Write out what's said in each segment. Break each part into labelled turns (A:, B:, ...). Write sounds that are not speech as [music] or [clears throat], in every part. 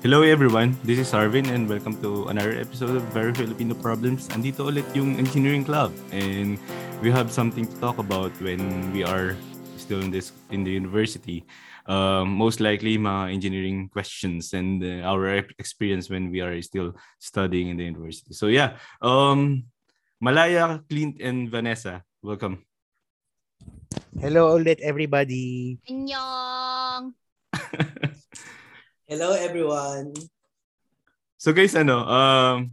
A: Hello everyone, this is Arvin and welcome to another episode of Very Filipino Problems. Andito ulit yung Engineering Club and we have something to talk about when we are still in this in the university. Um, most likely mga engineering questions and uh, our e- experience when we are still studying in the university. So yeah, um, Malaya, Clint, and Vanessa, welcome.
B: Hello ulit everybody.
C: [laughs]
D: Anyong!
C: Hello everyone.
A: So guys, ano, um,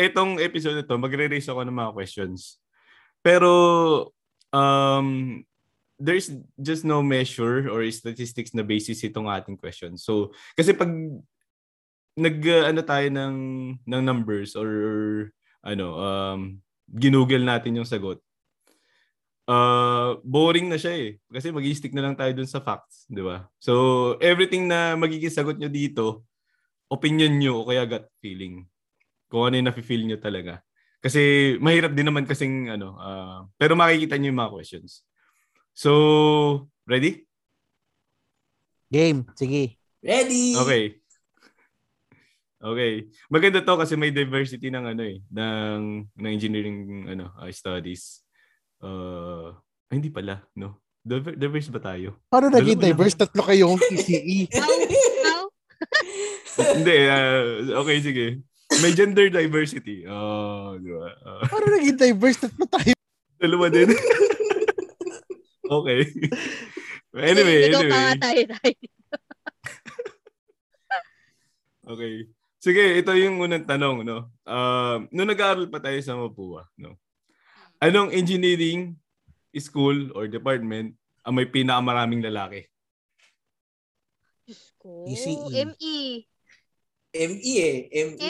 A: itong episode na to, magre-raise ako ng mga questions. Pero, um, there's just no measure or statistics na basis itong ating question. So, kasi pag nag uh, ano tayo ng ng numbers or ano um ginugol natin yung sagot. Uh, boring na siya eh. Kasi magi-stick na lang tayo dun sa facts, 'di ba? So, everything na magiging sagot nyo dito, opinion nyo o kaya gut feeling. Kung ano yung nafe-feel nyo talaga. Kasi mahirap din naman kasing ano, ah, pero makikita nyo yung mga questions. So, ready?
B: Game, sige.
C: Ready?
A: Okay. Okay. Maganda to kasi may diversity ng ano eh, ng, ng engineering ano, uh, studies. Uh, ay, hindi pala, no? Diver- diverse ba tayo?
B: Paano
A: Dalawa
B: naging
A: lang.
B: diverse? Tatlo
C: [laughs]
B: kayong PCE.
D: Hello?
A: hindi, ah, okay, sige. May gender diversity. Oh, [laughs] di ba? Ah,
B: Paano naging diverse? Tatlo tayo.
A: dalawa din. [laughs] okay. anyway,
D: Ikaw pa nga
A: anyway.
D: tayo tayo.
A: Okay. Sige, ito yung unang tanong, no? Um, nung nag-aaral pa tayo sa Mapua, no? Anong engineering school or department ang may pinakamaraming lalaki?
D: Diyos ko.
B: ECE.
D: ME.
C: ME eh. ME.
D: ME.
C: E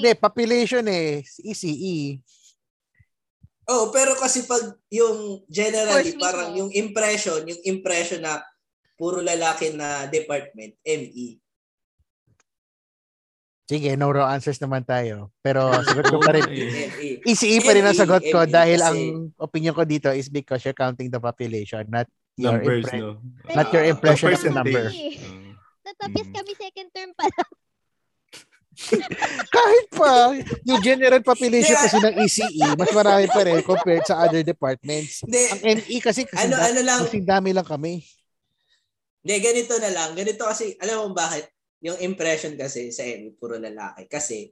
B: Hindi, population eh. ECE.
C: Oh, pero kasi pag yung generally,
D: Course
C: parang
D: mismo.
C: yung impression, yung impression na puro lalaki na department, E. ME.
B: Sige, no wrong answers naman tayo. Pero sagot ko pa
A: [laughs]
B: rin.
A: Okay.
B: [laughs]
C: ME.
B: ECE pa rin ang sagot ko
C: ME,
B: dahil
C: kasi-
B: ang opinion ko dito is because you're counting the population, not your
A: Numbers,
B: impre-
A: no?
B: Not your
C: Ah,
B: impression of the
A: percentage.
D: E
B: number.
A: Uh,
D: Natapis
A: Mm.
D: kami second term pa lang.
B: Kahit pa, yung general population kasi ng ECE, mas marami pa rin compared sa other departments.
C: Hindi,
B: Ang ME kasi kasi
C: ano, ano lang,
B: kasing dami lang kami.
C: hindi, ganito na lang. Ganito kasi, alam mo bakit? Yung impression kasi sa ME, puro lalaki. Kasi,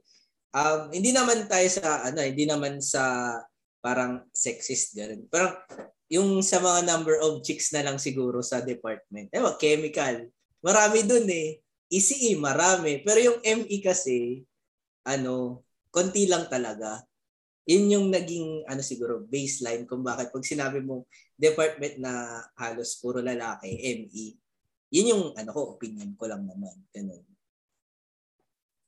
C: um, hindi naman tayo sa, ano, hindi naman sa parang sexist, ganun. Parang, yung sa mga number of chicks na lang siguro sa department. Ewa, chemical. Marami dun eh. ECE, marami. Pero yung ME kasi, ano, konti lang talaga. Yun yung naging, ano siguro, baseline kung bakit pag sinabi mong department na halos puro lalaki, E. ME, yun yung, ano ko, opinion ko lang naman. Ganun.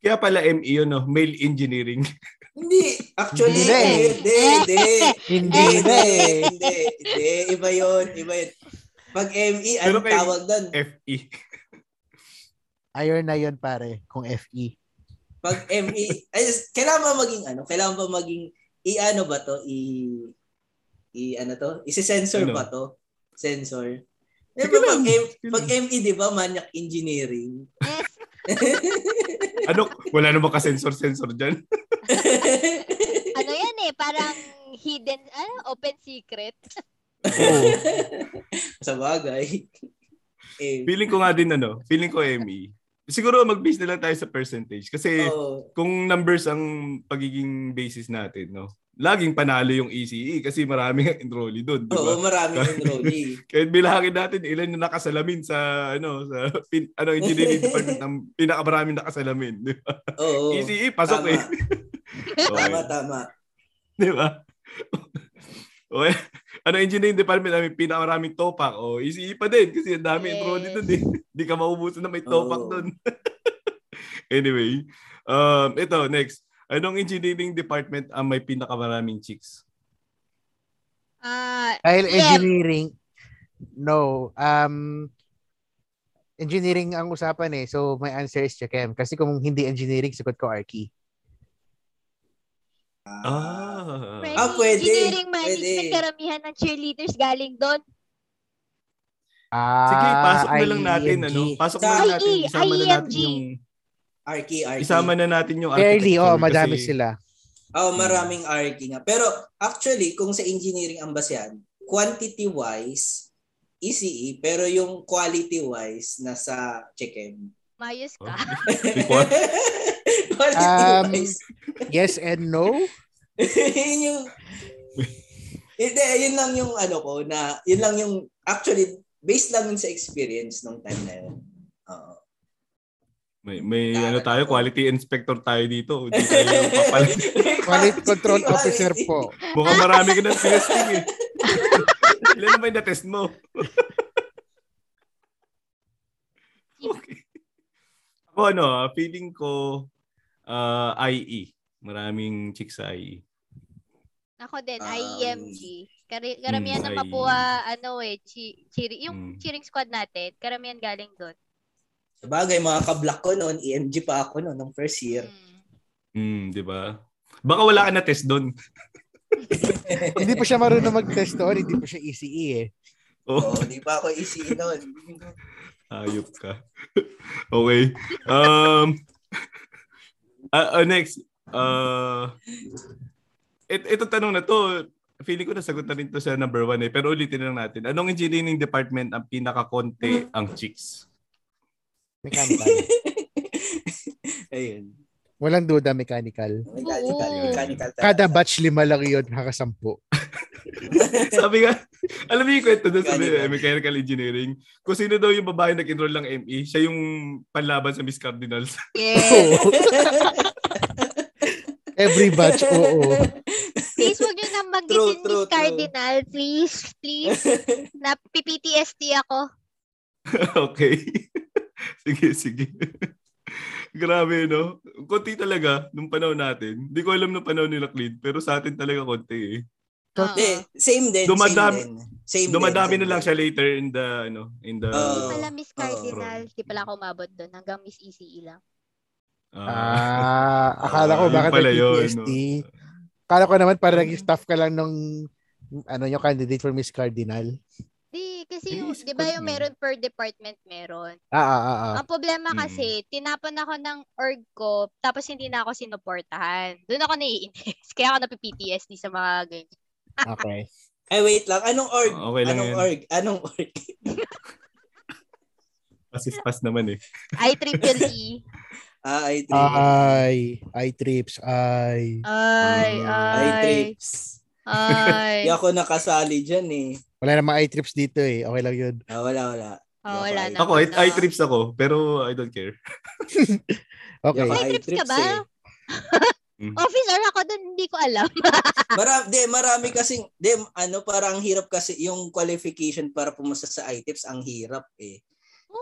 A: Kaya pala ME yun, no? Male engineering. [laughs]
C: Hindi, actually,
B: Hindi na eh.
C: hindi, hindi,
B: [laughs] Hindi
C: hindi,
B: na
C: hindi,
B: eh.
C: hindi, hindi, iba yun, iba yun. Pag ME,
A: Pero
C: ano
A: kay- E.
C: tawag doon?
A: FE.
B: Ayun na yun pare, kung E. FE.
C: Pag ME, ay, kailangan ba maging ano? Kailangan ba maging, i-ano ba to? I, i ano to? Isi-sensor
A: Ano?
C: ba to? Sensor.
A: Sige
C: Diba, pag,
A: lang,
C: M,
A: sige
C: pag
A: lang.
C: ME, di ba, manyak engineering? [laughs]
D: Yes.
A: Ano? Wala naman ka-sensor-sensor dyan.
D: Ano yan eh, parang hidden, ah, open secret.
B: Oo.
C: Sa bagay. Eh,
A: Feeling ko nga din, ano? Feeling ko ME. Siguro mag-base na lang tayo sa percentage. Kasi
C: oh,
A: kung numbers ang pagiging basis natin, no? Laging panalo yung ECE kasi maraming ang enrollee doon, di ba?
C: oo, maraming enrollee.
A: Kahit bilangin natin ilan yung nakasalamin sa ano sa pin, ano engineering department ng pinakamaraming nakasalamin, di ba?
C: Oo,
A: ECE pasok
C: tama.
A: eh. Okay,
C: Tama, tama.
A: di ba? Okay. Ano engineering department namin pinakamaraming topak o ECE pa din kasi ang dami
D: Yes.
A: enrollee doon eh. Hindi ka maubusan na may topak
C: Oo.
A: doon. [laughs] anyway, um ito next. Anong engineering department ang may pinakamaraming chicks?
B: [laughs]
D: Ah,
B: Dahil
D: Yeah.
B: engineering, no. Um, engineering ang usapan eh. So, my answer is Chekem. Kasi kung hindi engineering, sagot ko Arki.
A: Ah.
D: French
C: Ah, pwede.
D: engineering management,
C: Pwede.
D: karamihan ng cheerleaders galing doon.
B: Ah,
A: Ah, Sige, pasok na lang natin
B: IEMG.
A: ano. Pasok na
C: Sa
A: lang natin
D: IE,
A: isama na natin
D: IEMG.
A: yung
C: Arky, Arky.
A: Isama na natin yung
B: Barely, oh,
A: architecture
B: madami
A: kasi [laughs]
B: sila.
C: Oo, maraming arky nga. Pero actually, kung sa engineering ang basehan, quantity-wise, ECE, pero yung quality-wise, nasa Chechem.
D: Mayos
A: Oh.
D: ka.
A: Before-
C: [laughs]
B: Um,
C: quality-wise.
B: Yes and no.
C: [laughs] yun yung... Hindi, yun lang yung ano ko na, yun lang yung, actually, based lang yun sa experience nung time na yun. Oo.
A: May, may ano tayo, quality inspector tayo dito. Hindi tayo
C: [laughs]
A: papalit.
B: Quality control officer po.
A: Mukhang marami ka ng testing eh. Ilan naman yung na-test mo? okay. Ako ano, ah, feeling ko ah, IE. Maraming chicks sa E. IE.
D: Ako din,
C: Um,
D: IEMG. Kari- karamihan
A: Mm,
D: ng mapuha, ano eh, chi- cheering- yung
A: Mm.
D: cheering squad natin, karamihan galing doon.
C: Sa bagay, mga kablock ko noon, EMG pa ako noon, nung first year.
D: Mm.
A: Hmm, di ba? Baka wala ka na-test doon.
B: Hindi pa siya marunong mag-test doon. Hindi pa siya ECE eh.
A: Oh,
C: Oo, di pa ako ECE
A: [laughs]
C: noon.
A: ayop ka. [laughs] okay. Um, [laughs] ah, ah, next. Uh, it, ito tanong na to, feeling ko nasagot na rin to sa number one eh. Pero ulitin na lang natin. Anong engineering department ang pinakakonte ang chicks? [laughs]
B: Mechanical.
C: Ayun.
B: Walang duda, mechanical.
C: Mechanical,
D: Oo.
C: mechanical talaga.
B: Kada batch lima lang yun, nakasampu.
A: Sabi nga, [laughs] alam niyo yung kwento doon sa
C: Mechanical.
A: mechanical engineering. Kung sino daw yung babae nag-enroll ng ME, siya yung panlaban sa Miss Cardinals. Oh.
D: Yes.
B: Every
C: [laughs]
B: batch, oo.
D: please, huwag niyo nang
C: True,
D: banggitin
C: true,
D: Miss Cardinal. Please,
C: [laughs]
D: please. Napi-PTSD ako.
A: okay. [laughs] sige, sige. Grabe, no? Konti talaga nung panahon natin. Hindi ko alam nung panahon nila, Clint, pero sa atin talaga konti eh.
C: Hindi,
D: Oo.
C: same din,
A: Dumadami-
C: same din. Same
A: Dumadami
C: din,
A: na lang siya later in the, ano, in the,
D: Hindi
C: Oo.
D: pala Miss
C: Oo.
D: Cardinal. Hindi pala ako umabot doon. Hanggang Miss ECE lang.
A: ah,
B: Ah, akala ko
A: yun
B: bakit
A: pala
B: may
A: yun,
B: PTSD. Akala ko naman para naging staff ka lang nung ano yung candidate for Miss Cardinal.
D: Di, kasi
A: Hindi,
D: yung,
A: isip
D: di
A: ko
D: ba yung
A: din.
D: meron per department meron.
B: Ah, ah, ah, ah.
D: Ang problema
A: Mm.
D: kasi, tinapon ako ng org ko, tapos hindi na ako sinuportahan. Doon ako naiinis. [laughs] Kaya ako napi-PTSD sa mga ganyan.
B: Okay.
C: Ay, wait lang. Anong org?
A: Ah, okay lang
C: Anong
A: yan.
C: org? Anong org? [laughs]
A: Pasis pass naman eh.
D: I triple E.
C: [laughs] Ah, I trip.
B: Ay, ay trips, ay.
D: Ay,
A: Ah.
C: Mm. I
D: ay,
C: trips.
D: ay.
C: [laughs] Di ako nakasali dyan eh.
B: Wala namang ay trips dito eh. Okay lang yun.
C: Ah, wala, wala.
D: Oh, wala na.
C: Naku,
A: Ako, I, E
D: wala.
A: I trips ako, pero I don't care.
B: Okay.
C: Yung
D: May trips eh. ka ba?
C: eh.
D: [laughs] Officer ako doon, hindi ko alam.
C: Marami, de, marami
A: Ah.
C: kasing, de, ano, parang ang hirap kasi yung qualification para pumasa sa iTrips, ang hirap eh.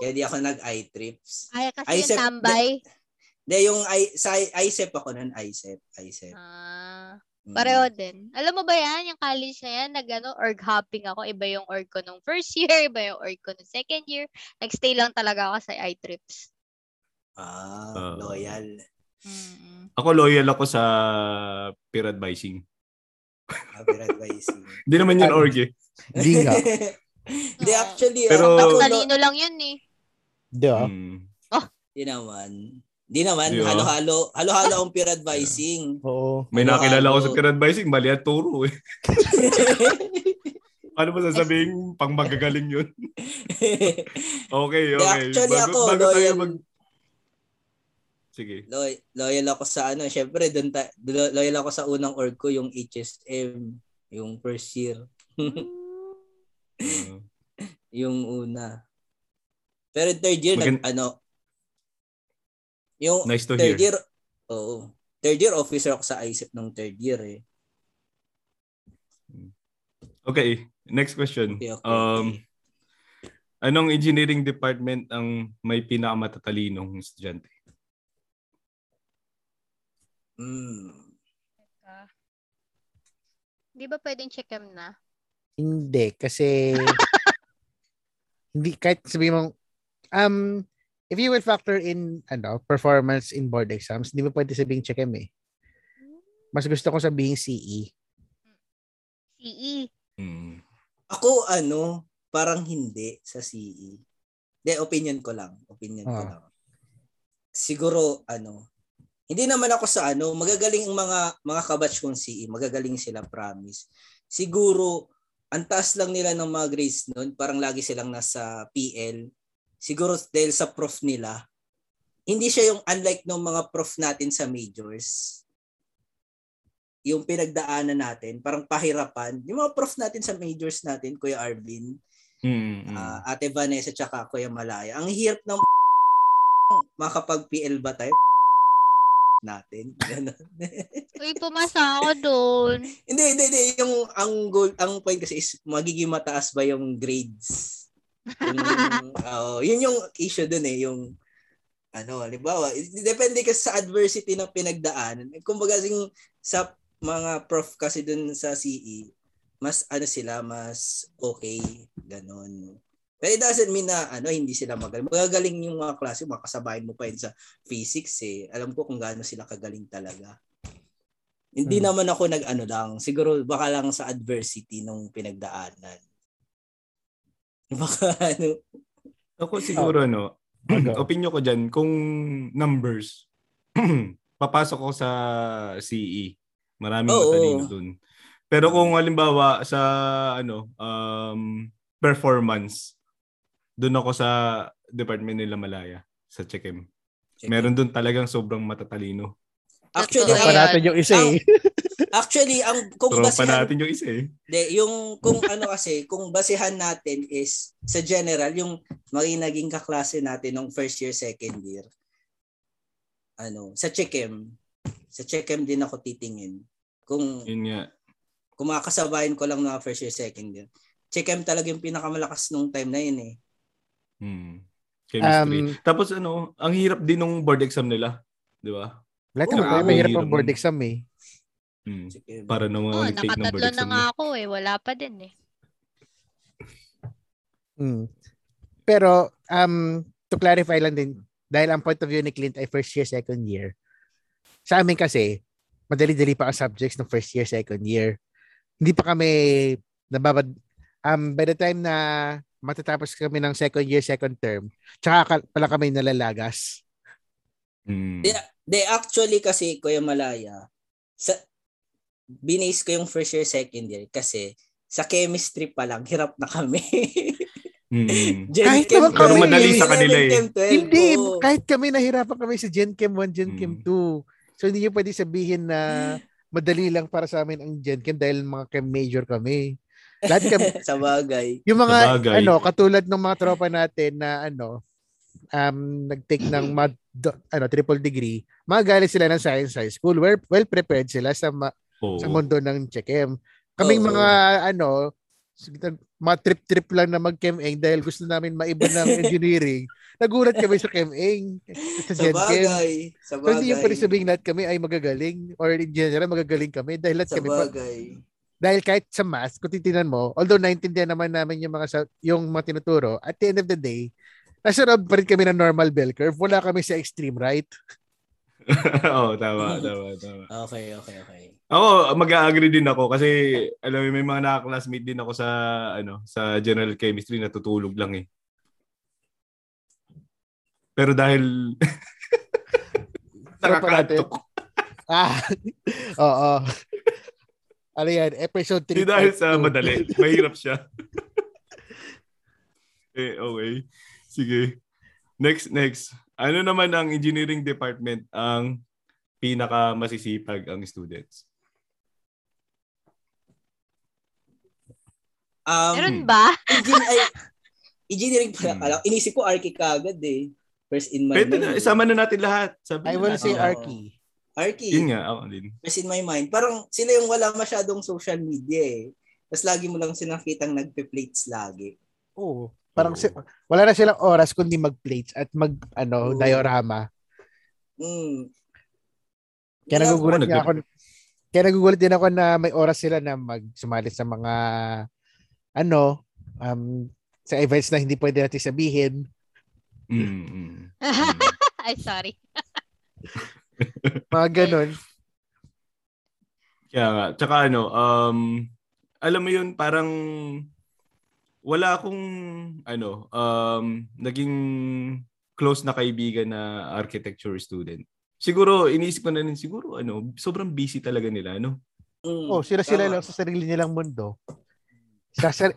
C: Kaya di ako nag-iTrips.
D: Ay, kasi
C: Ay,
D: yung [laughs]
C: sep-
D: tambay.
C: De, yung I, sa I- E ISEP ako nun, ISEP. ISEP.
D: Ah,
C: Mm.
D: pareho din. Alam mo ba yan, yung college na yan, nag ano, org hopping ako. Iba yung org ko nung first year, [laughs] iba yung org ko nung second year. Nagstay lang talaga ako sa iTrips.
C: Ah,
A: Ah. [laughs]
C: loyal.
D: Mm-mm.
A: Ako loyal ako sa peer advising.
C: Happy advising.
A: Hindi naman yun
B: Ano?
A: org eh.
B: Hindi nga.
C: [laughs] Hindi,
D: Oo.
C: actually, oh,
A: Pero-
C: ako,
D: Talino lang yun eh.
B: Duh.
A: Mm.
C: Di naman. Di naman,
A: Di ba?
C: halo-halo. Halo-halo ang peer advising.
B: Oo.
A: May
C: Ano,
A: nakilala ko
C: ano?
A: sa peer advising, mali ang
C: [laughs]
A: turo eh. Ano ba sasabing pang magagaling yun? [laughs] Okay,
C: Di,
A: okay.
C: actually,
A: bago,
C: ako,
A: bago tayo
C: loyal,
A: mag... Sige.
C: loy- loyal ako sa ano. Siyempre, dun ta- lo- loyal ako sa unang org ko, yung HSM, yung first year,
A: Uh,
C: yung una. Pero third year, nag,
A: Magand-
C: ano, yung
A: nice to
C: third
A: hear.
C: year, oo. Third year, officer ako sa ISIP nung third year eh.
A: Okay, next question.
C: Okay, okay,
A: Um, anong engineering department ang may pinakamatatalinong estudyante?
C: Mm.
D: Di ba pwedeng check em na?
B: Hindi kasi hindi kahit sabihin mong um if you will factor in ano performance in board exams, hindi mo pwede sabihing check eh. Mas gusto ko sabihing E. CE.
D: CE.
A: Mm.
C: Ako, ano, E. parang hindi sa CE. De, opinion ko lang. Opinion ko
B: Ah.
C: lang. siguro ano, hindi naman ako sa ano, magagaling ang mga mga kabatch kong CE, magagaling sila promise. Siguro ang taas lang nila ng mga grades noon, parang lagi silang nasa PL. Siguro dahil sa prof nila, hindi siya yung unlike ng mga prof natin sa majors. Yung pinagdaanan natin, parang pahirapan. Yung mga prof natin sa majors natin, Kuya Arvin,
A: Mm, mm.
C: ah, Ate Vanessa, tsaka Kuya Malaya. Ang hirap ng [laughs] makapag-PL ba tayo? natin. [laughs] Ganun.
D: Uy, pumasa ako doon.
C: hindi, hindi, hindi. Yung ang goal, ang point kasi is magiging mataas ba yung grades? Yung, oo, yun yung issue dun eh, yung ano, halimbawa, it- depende kasi sa adversity ng pinagdaanan. Kumbaga, sing, sa mga prof kasi dun sa CE, mas ano sila, mas okay, ganun. Pero it doesn't mean na ano, hindi sila magaling. Magagaling yung mga klase, makasabay mo pa yun sa physics eh. Alam ko kung gaano sila kagaling talaga. Hindi
B: Hmm.
C: naman ako nag-ano lang. Siguro baka lang sa adversity nung pinagdaanan. [laughs] Baka ano.
A: Ako siguro ano,
B: Ano?
A: [clears throat] opinion ko dyan, kung numbers, [clears throat] papasok ko sa CE. Maraming
C: Oo.
A: matalino dun. Pero kung halimbawa sa ano, um, performance, dun ako sa department nila Malaya, sa Chekem.
D: Eh,
A: Meron dun talagang sobrang matatalino.
C: Actually,
B: Tropa
D: Ayan.
C: ang,
B: natin yung isa eh.
C: actually, ang kung
A: Tropa
C: basehan
A: natin yung isa eh.
C: De, yung kung ano kasi, kung basehan natin is sa general yung maging naging kaklase natin nung first year, second year. Ano, sa Checkem. Sa Checkem din ako titingin. Kung
A: Yun nga.
C: kumakasabayan ko lang na first year, second year. Checkem talaga yung pinakamalakas nung time na yun eh.
A: Hmm. Chemistry.
B: Um,
A: Tapos ano, ang hirap din nung board exam nila. Di ba?
B: Lahat
C: Oo,
B: ng problema, hirap
A: hirap
B: ang board
A: nun.
B: exam eh.
A: Hmm.
C: Checkem.
A: Para nung
D: Oh,
A: mga nag-take ng board
D: nakatatlo na
A: exam.
D: nga
A: nila.
D: ako eh. Wala pa din eh.
B: Mm. Pero, um, to clarify lang din, dahil ang point of view ni Clint ay first year, second year. Sa amin kasi, madali-dali pa ang subjects ng first year, second year. Hindi pa kami nababad... Um, by the time na matatapos kami ng second year, second term, tsaka ka- pala kami nalalagas.
A: Hmm.
C: Yeah. De, actually kasi, Kuya Malaya, sa, binase ko yung first year, second year kasi sa chemistry pa lang, hirap na kami. [laughs]
A: Hmm.
C: Gen
B: Kahit
C: Chem
B: naman kami. Pero madali
A: sa kanila eh.
C: 11 Chem 12,
B: Hindi,
C: oo.
B: kahit kami nahirapan kami sa Gen Chem 1, Gen Chem
A: Mm.
B: 2. So hindi niyo pwede sabihin na madali lang para sa amin ang Gen Chem dahil mga chem major kami. Lahat kami,
C: sa bagay.
B: yung mga
A: Sabagay.
B: ano katulad ng mga tropa natin na ano um nag-take ng mad, do- ano triple degree, mga galing sila ng science high school. Well, well prepared sila sa ma-
A: Oo.
B: sa mundo ng Chechem. Kaming
C: Oo.
B: mga ano, sig- mga trip-trip lang na mag-chemeng dahil gusto namin maiba ng
A: [laughs]
B: engineering. Nagulat kami sa chemeng. Sa
C: Sa
B: Gen Chem.
C: bagay. Sa
B: So hindi
C: bagay.
B: yung pwede sabihin lahat kami ay magagaling or in general magagaling kami dahil lahat
C: Sa
B: kami pa,
C: bagay.
B: dahil kahit sa math kung titingnan mo although naintindihan naman namin yung mga sa- yung mga tinuturo at the end of the day nasa loob pa rin kami ng normal bell curve wala kami sa extreme right
A: [laughs] Oo,
D: Hmm.
A: tama, tama, tama.
C: Okay, okay, okay.
A: Ako, mag-agree din ako kasi alam mo may mga naka-classmate din ako sa ano, sa general chemistry natutulog lang eh. Pero dahil [laughs]
B: Sarap pa natin.
A: nakakaantok.
B: ah [laughs] oo ano yan episode 3
A: Hindi dahil sa madali, mahirap siya. [laughs] eh, okay. Sige. Next, next. Ano naman ang engineering department ang pinaka masisipag ang students?
C: Um,
D: Meron ba? [laughs]
C: engin- ay, engineering pala.
A: Hmm.
C: Alam, inisip ko archi kagad eh. First in my
A: Pwede
C: mind.
A: na,
C: eh.
A: isama na natin lahat. Sabi
B: I
A: na
B: will
A: natin.
B: say
C: Oo.
B: Arky
C: Archi.
A: Yun nga, ako din.
C: First in my mind. Parang sila yung wala masyadong social media eh. Tapos lagi mo lang sinakitang nagpe-plates lagi.
B: oo parang
A: Oo.
B: si- wala na silang oras kundi mag plates at mag ano
C: Oo.
B: diorama
C: Mm.
B: Kaya
C: Wala-
B: nagugulat
A: Ako
B: niya ako.
A: nag-
B: Kaya nagugulat din ako na may oras sila na magsumali sa mga ano um sa events na hindi pwede natin sabihin.
A: Mm, mm.
B: [laughs]
D: Ay, sorry.
B: Mga ganun.
A: Kaya nga. Tsaka ano, um, alam mo yun, parang wala akong, ano, um, naging close na kaibigan na architecture student, siguro iniisip ko na rin siguro ano, sobrang busy talaga nila, ano?
C: Mm,
B: Oh, sila-sila
C: tama.
B: lang sa sarili nilang mundo. Sa, sa,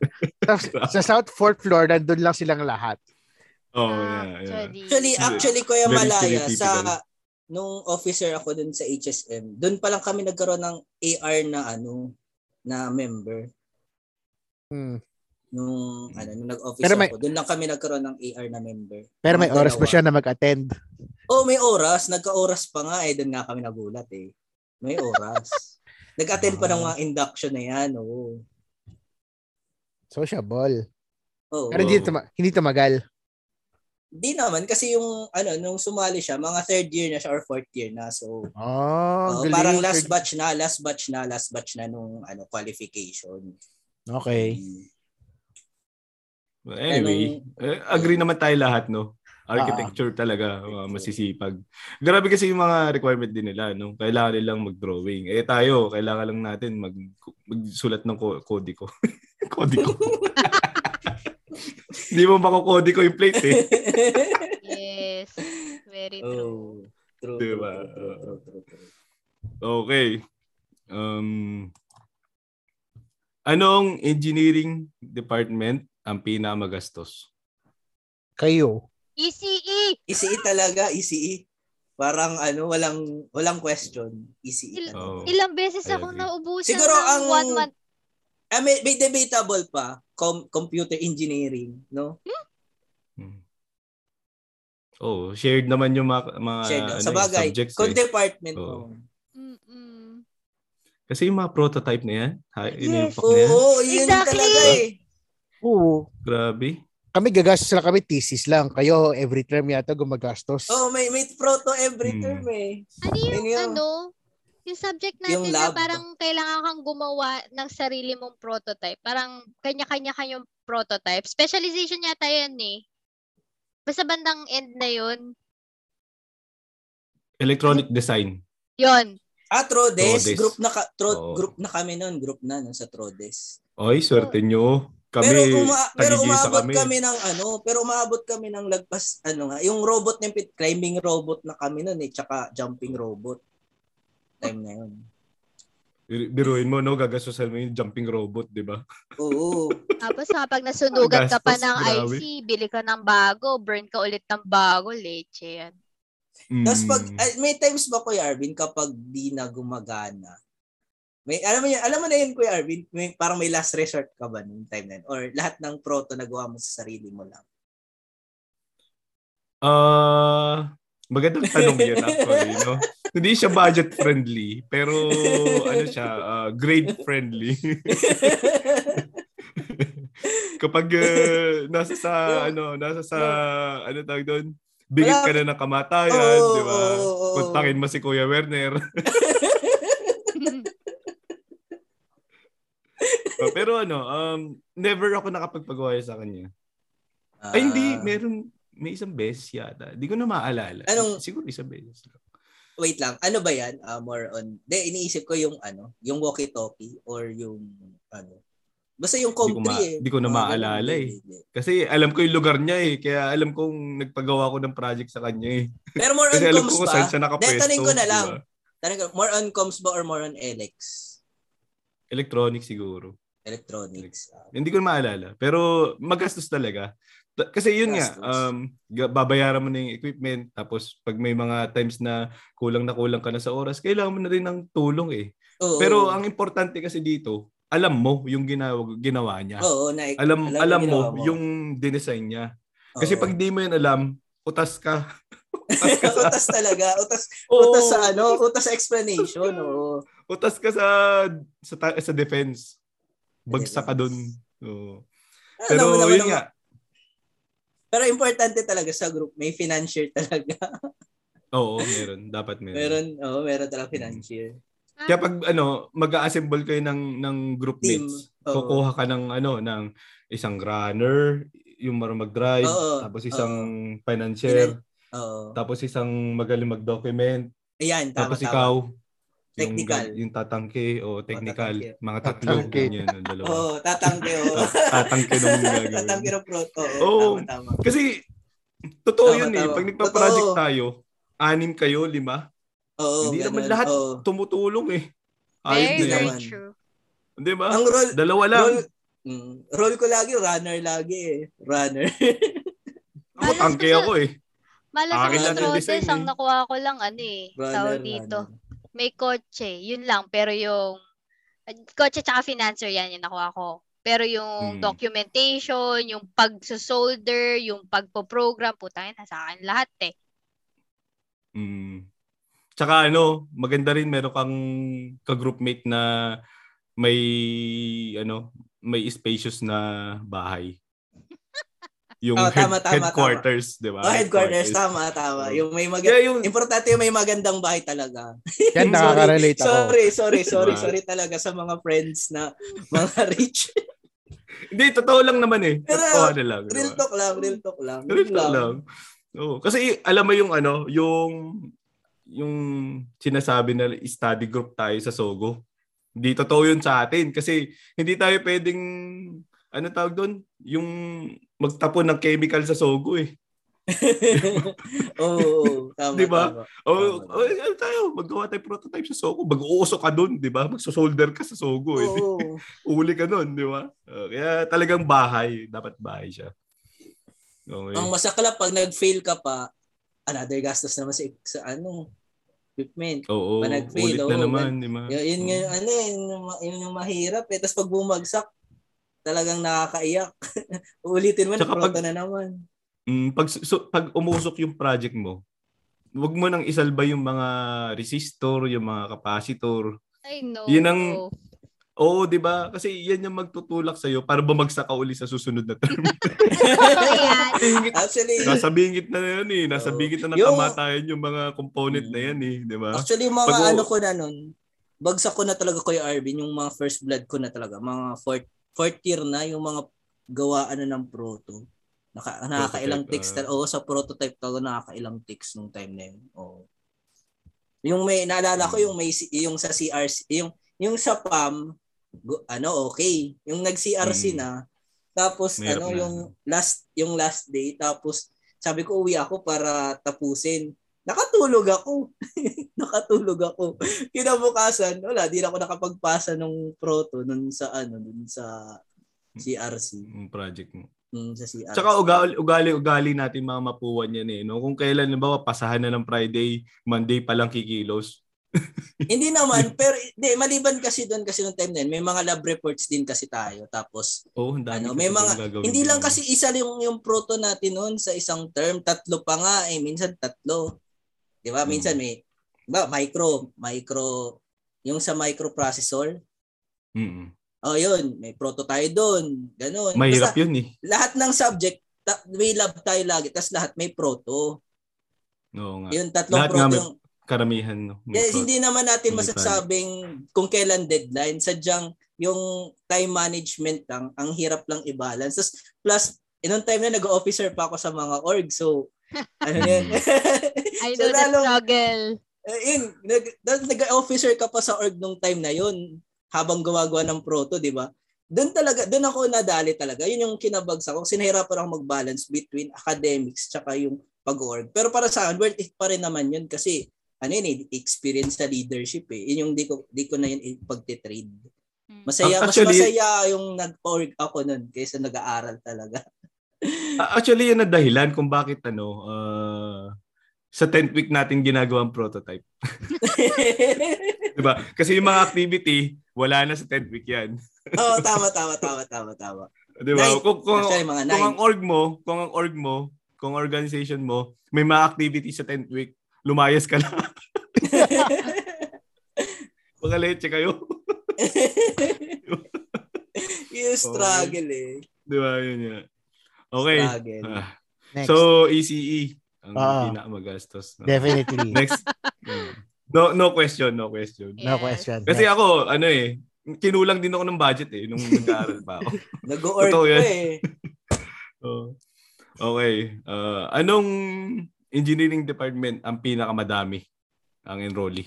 B: sa- sa South Fourth floor, nandun lang silang lahat.
A: Oh,
D: Ah,
A: yeah, yeah.
D: actually.
C: Actually, [laughs] actually, Kuya
A: Very
C: Malaya,
A: stereotypical.
C: sa nung officer ako dun sa HSM, dun pa lang kami nagkaroon ng AR na ano, na member.
B: Hmm.
C: Nung, ano, nung nag-office
B: Pero may-
C: ako, dun lang kami nagkaroon ng AR na member.
B: Pero may
C: Yung
B: oras ba
C: dalawa.
B: siya na mag-attend?
C: Oh, may oras. Nagka-oras pa nga eh. Doon nga kami nagulat eh. May
B: [laughs]
C: oras. Nag-attend pa
B: Ah.
C: ng mga induction na yan. oh. Oo.
B: Sociable.
C: Oo.
B: Pero hindi, tuma- hindi tumagal.
C: Oh, Di naman kasi yung ano nung sumali siya, mga third year na siya or fourth year na. So,
B: Oh,
C: oo,
B: galing.
C: parang last batch na, last batch na, last batch na nung ano qualification. Hmm.
B: Okay.
A: Well,
C: Ano
A: Anyway, eh, agree naman tayo lahat, no? Architecture talaga, uh,
C: Ah, Architecture.
A: masisipag. Grabe kasi yung mga requirement din nila, no? Kailangan nilang mag-drawing. Eh tayo, kailangan lang natin mag magsulat ng ko- kode ko. [laughs] kode ko.
C: [laughs]
A: Hindi mo makukode ko yung plate, eh.
D: Yes. Very true.
C: oh, true.
A: Diba?
C: True, true, true, true, true.
A: Okay. Um, anong engineering department ang pinamagastos?
B: Kayo.
D: E ECE!
C: ECE E talaga, ECE. Parang ano, walang walang question. E ECE. talaga.
A: Oh.
D: Ilang beses
A: I
D: akong
A: agree.
D: naubusan
C: Siguro
D: ng
C: ang-
D: one month.
C: Ah, may, may debatable pa. Com- computer engineering, no?
A: Hmm. Oh, shared naman yung mga, mga
C: Shared.
A: ano,
C: sa bagay,
A: yung subjects. eh.
C: kung department mo.
A: Oo. Ano
D: Mm-mm.
A: Kasi yung mga prototype na yan, ha,
D: Yes.
A: inilpak
C: Oo,
A: na yan.
C: yun
D: Exactly.
C: talaga eh.
B: Oo.
A: Grabe.
B: Kami gagastos lang kami, thesis lang. Kayo, every term yata gumagastos.
C: Oo, may, may proto every
A: Hmm.
C: term eh.
D: Ano yung,
C: Yun yun.
D: ano? Yung subject natin
C: Yung
D: na
C: lab.
D: parang kailangan kang gumawa ng sarili mong prototype. Parang kanya-kanya kayong prototype. Specialization yata yan eh. Basta bandang end na yun.
A: Electronic design.
D: Yun.
C: Ah, Trodes.
A: Trodes.
C: Group na, ka- tro-
A: Oo.
C: group na kami noon. Group na nun sa Trodes.
A: Oy, swerte nyo. Kami,
C: pero uma- pero
A: tagigisa
C: umaabot
A: kami.
C: kami. ng ano, pero umaabot kami ng lagpas, ano nga, yung robot na yung pit- climbing robot na kami noon eh, tsaka jumping robot. Time na yun.
A: Bir- Biruin mo, no? Gagastosan mo yung jumping robot, di ba?
C: Oo.
D: Tapos kapag nasunugan ka pa
A: Gastos,
D: ng
A: grabe.
D: IC, bili ka ng bago, burn ka ulit ng bago, leche yan. [laughs]
A: Mm.
C: Tapos pag, ah, may times ba Kuya Arvin kapag di na gumagana? May, alam mo yun, alam mo na yun Kuya Arvin, may, parang may last resort ka ba nung time na yun? Or lahat ng proto na gawa mo sa sarili
A: [laughs]
C: mo lang?
A: Ah, magandang tanong yun actually, no? Hindi siya budget friendly, pero ano siya, ah, grade friendly. [laughs] Kapag ah, nasa sa ano, nasa sa ano tawag doon, bigit ka na ng kamatayan,
C: Oo,
A: di ba?
C: oo, oo.
A: Kontakin mo si Kuya Werner. Oh, pero ano, um, never ako nakapagpagawa sa kanya. Ay, hindi.
C: Ah,
A: Meron, may isang beses yata. Hindi ko na maalala.
C: Anong-
A: Siguro isang beses lang.
C: Wait lang, ano ba yan? Ah, more on, de, iniisip ko yung ano, yung walkie-talkie or yung ano. Basta yung
A: Di ko ma-
C: country eh.
A: di ko na
C: Mga ganun.
A: maalala eh.
C: Di- di- di.
A: Kasi alam ko yung lugar niya eh. Kaya alam kong nagpagawa ko ng project sa kanya eh.
C: Pero more on
A: [laughs] Kasi alam
C: comms
A: ko kung
C: ba?
A: saan siya nakapwesto.
C: Dahil tanong ko na
A: di
C: lang.
A: ba?
C: Tanong ko, more on comms ba or more on Alex?
A: Electronic siguro.
C: Electronics. Ah,
A: Hindi ko na maalala. Pero magastos talaga. Ta- Kasi yun nga,
C: Gastos.
A: um, ga- babayaran mo na yung equipment. Tapos pag may mga times na kulang na kulang ka na sa oras, kailangan mo na rin ng tulong eh.
C: Oo.
A: Pero ang importante kasi dito, alam mo yung ginawa, ginawa niya.
C: Oo, na,
A: alam alam,
C: yung
A: mo,
C: ginawa
A: yung dinesign niya. Kasi
C: Oo.
A: pag di mo yan alam, utas ka. [laughs] utas
C: [laughs]
A: ka sa,
C: utas talaga, utas
A: Oo,
C: utas sa ano, utas sa
A: [laughs]
C: explanation, oo.
A: utas ka sa sa, ta- sa defense. Bagsak ka doon. Oo.
C: Alam
A: Pero
C: mo naman
A: yun
C: ang-
A: nga.
C: Pero importante talaga sa group, may financier talaga.
A: Oo, meron. Dapat meron.
C: meron, oo, meron
A: Mm.
C: talaga financier.
A: Kaya pag ano, mag-assemble kayo ng ng group
C: Team.
A: mates,
C: Oo.
A: kukuha ka ng ano, ng isang runner, yung marunong mag-drive,
C: Oo,
A: tapos isang financier,
C: Finan- Oo.
A: Tapos isang magaling mag-document.
C: Ayan, tama,
A: tapos
C: tama.
A: ikaw,
C: Technical. Oh,
A: yung, yung tatangke o technical.
C: tatangke. Oh.
A: Mga tatlo.
B: Tatangke.
A: Ganyan, yung dalawa. [laughs]
C: Oo, tatangke, oo. [laughs]
A: Tatangke nung gagawin. Oh.
C: tatangke ng pro. Oo,
A: Oo.
C: tama, tama.
A: Kasi, Totoo
C: Tama,
A: yun eh.
C: tama.
A: Pag nagpa-project
C: Totoo.
A: tayo, anim kayo, lima,
C: Oo,
A: Hindi naman
C: ganun.
A: lahat.
C: Oo.
A: tumutulong eh. Ayos
D: Very,
A: na
D: very
A: yan.
C: naman.
D: true.
A: Di ba?
C: Ang role,
A: Dalawa lang.
C: role, mm, role ko lagi, runner lagi eh. Runner. [laughs]
A: Ako,
D: Malas
A: tangke
D: ko sa-
A: ako eh.
D: Malas
A: Akin
D: ako sa
C: lang yung
A: design
D: trotes,
A: eh.
D: ang nakuha ko lang ano eh,
C: runner,
D: tawag dito.
C: runner.
D: May kotse, yun lang. Pero yung, kotse tsaka financer yan yung nakuha ko. Pero
A: Hmm.
D: yung documentation, yung pagsusolder, yung pagpo-program, putangin, nasa akin lahat eh.
A: Mm. Tsaka ano, maganda rin meron kang ka-groupmate na may ano, may spacious na
C: [laughs]
A: bahay. Yung
C: Oh,
A: head-
C: tama, tama,
A: headquarters, di ba?
C: Oh, headquarters, tama,
A: Oo.
C: tama. Yung may maganda.
A: Yeah, yung,
C: Importante yung may magandang bahay talaga.
A: Sorry.
B: Yan, nakaka-relate ako.
C: Sorry, sorry, sorry,
A: Diba?
C: sorry talaga sa mga friends na mga [laughs] rich.
A: hindi, totoo lang naman eh.
C: Pero,
A: Totoo na lang. di
C: real
A: ba?
C: talk lang, real talk lang.
A: Real talk lang. Oo. Kasi alam mo yung ano, yung yung sinasabi na study group tayo sa Sogo. Hindi totoo yun sa atin kasi hindi tayo pwedeng ano tawag doon? Yung magtapon ng chemical sa Sogo eh.
C: [laughs] Oo, oo, tama,
A: Diba?
C: tama.
A: O,
C: Tama.
A: o ano tayo, magawa tayo prototype sa Sogo. Mag-uusok ka doon, di ba? Magsosolder ka sa Sogo. Eh.
C: Oo.
A: Uli ka doon, di ba? Oh, kaya talagang bahay. Dapat bahay siya. Okay.
C: Ang masaklap pag nag-fail ka pa, another gastos naman sa, sa ano, equipment.
A: Oo,
C: Pag nag-fail,
A: ulit na
C: oo,
A: naman, di ba?
C: Yun, yun nga yung ano, eh, yun, yung ma- yun yung mahirap eh. Tapos pag bumagsak, talagang nakakaiyak. [laughs] Uulitin mo,
A: Tsaka pag-
C: naproto na naman.
A: Mm, pag so, pag umusok yung project mo, wag mo nang isalba yung mga resistor, yung mga capacitor.
D: I know.
A: Yun ang- Oo, 'di ba? Kasi yan yung magtutulak sa iyo para bumagsak ka uli sa susunod na term.
D: Totoo yan.
A: Bingit-
C: Actually,
A: Nasa bingit na yun eh. Nasa
C: Oo.
A: bingit na ng
C: Yung-
A: kamatayan yung mga component na yan eh, 'di ba?
C: actually mga
A: Pag-
C: ano ko na nun, bagsak ko na talaga Kuya Arvin, yung mga first blood ko na talaga. Mga fourth, fourth year na, yung mga gawa ano ng proto. Naka, nakakailang
A: Prototype,
C: ticks
A: ah.
C: tal- Oo, sa prototype talaga nakakailang ticks nung time na yun. Oo. Yung may naalala ko yung may si- yung sa CRC, yung yung sa PAM, gu- ano okay. Yung nag CRC
A: Mm.
C: na tapos
A: Mahirap
C: ano
A: na.
C: yung last yung last day tapos sabi ko uwi ako para tapusin. Nakatulog ako. [laughs] Nakatulog ako. Kinabukasan, wala, di na ako nakapagpasa nung proto nun sa ano, nun sa CRC.
A: Yung project mo.
C: Nun Hmm, sa CRC.
A: Tsaka ugali, ugali, ugali natin mga mapuwan yan eh. No? Kung kailan, ba, pasahan na ng Friday, Monday pa lang kikilos.
C: Hindi naman, pero di, maliban kasi doon kasi nung time na yun, may mga lab reports din kasi tayo. Tapos,
A: Oo, ang dami
C: Ano,
A: kasi
C: may mga-
A: tayong gagawin eh.
C: hindi lang
A: dun.
C: kasi isa lang yung, yung proto natin noon sa isang term. Tatlo pa nga eh. Minsan tatlo. Di ba? Minsan may, ba, micro, micro, yung sa microprocessor.
A: Mm-mm.
C: Oh, yun. May proto tayo doon. Ganun.
A: Mahirap
C: Basta,
A: yun eh.
C: lahat ng subject, ta- may lab tayo lagi. Tapos lahat may proto.
A: Oo nga.
C: Yun, tatlong
A: Ah, Lahat nga
C: proto
A: may-
C: yung
A: Karamihan. No? May pro-
C: Yes, Eh, hindi naman natin
A: May
C: masasabing kung kailan deadline. Sadyang yung time management lang, ang hirap lang i-balance. Tapos, plus, inong time na nag-officer pa ako sa mga org. So, ano
A: [laughs]
C: na yun?
A: Hmm.
C: [laughs]
D: I
C: so,
D: know the
C: lalong-
D: struggle.
C: eh, yun, nag, dahil nag-officer ka pa sa org nung time na yun, habang gumagawa ng proto, di ba? Doon talaga, doon ako nadali talaga. Yun yung kinabagsak ko. Sinahirapan ako mag-balance between academics tsaka yung pag-org. Pero para sa akin, worth it pa rin naman yun kasi ano yun, eh, experience sa leadership eh. Yun yung di ko, di ko na yun pagtitrade.
D: Mm.
C: Masaya,
A: Actually-
C: mas masaya yung nag-org ako nun kaysa nag-aaral talaga. [laughs]
A: Ah, Actually, yun ang dahilan kung bakit ano, ah, sa 10th week natin ginagawang prototype. Diba? Kasi yung mga activity, wala na sa 10th week yan.
C: Oo, tama, tama, tama, tama, tama.
A: Diba?
C: Ninth.
A: Kung, kung,
C: Actually, mga
A: kung
C: nine. [laughs]
A: ang org mo, kung ang org mo, kung ang organization mo, may mga activity sa 10th week, lumayas ka na. [laughs] Mga leche kayo. [laughs]
C: [laughs] yung struggle eh.
A: Diba? Yun yan. Okay.
C: Struggle.
A: Ah.
B: Next.
A: So, ECE. Ang
B: Oo.
A: pinakamagastos. No?
B: Definitely.
A: Next. No, no question, no question.
B: No
D: Yes.
B: question.
A: Kasi
B: Next.
A: ako, ano eh, kinulang din ako ng budget eh, nung nag-aaral pa ako.
C: Nag-org
A: Totoo
C: ko
A: yan.
C: eh.
A: So, okay. Uh, anong engineering department ang pinakamadami ang enrollee?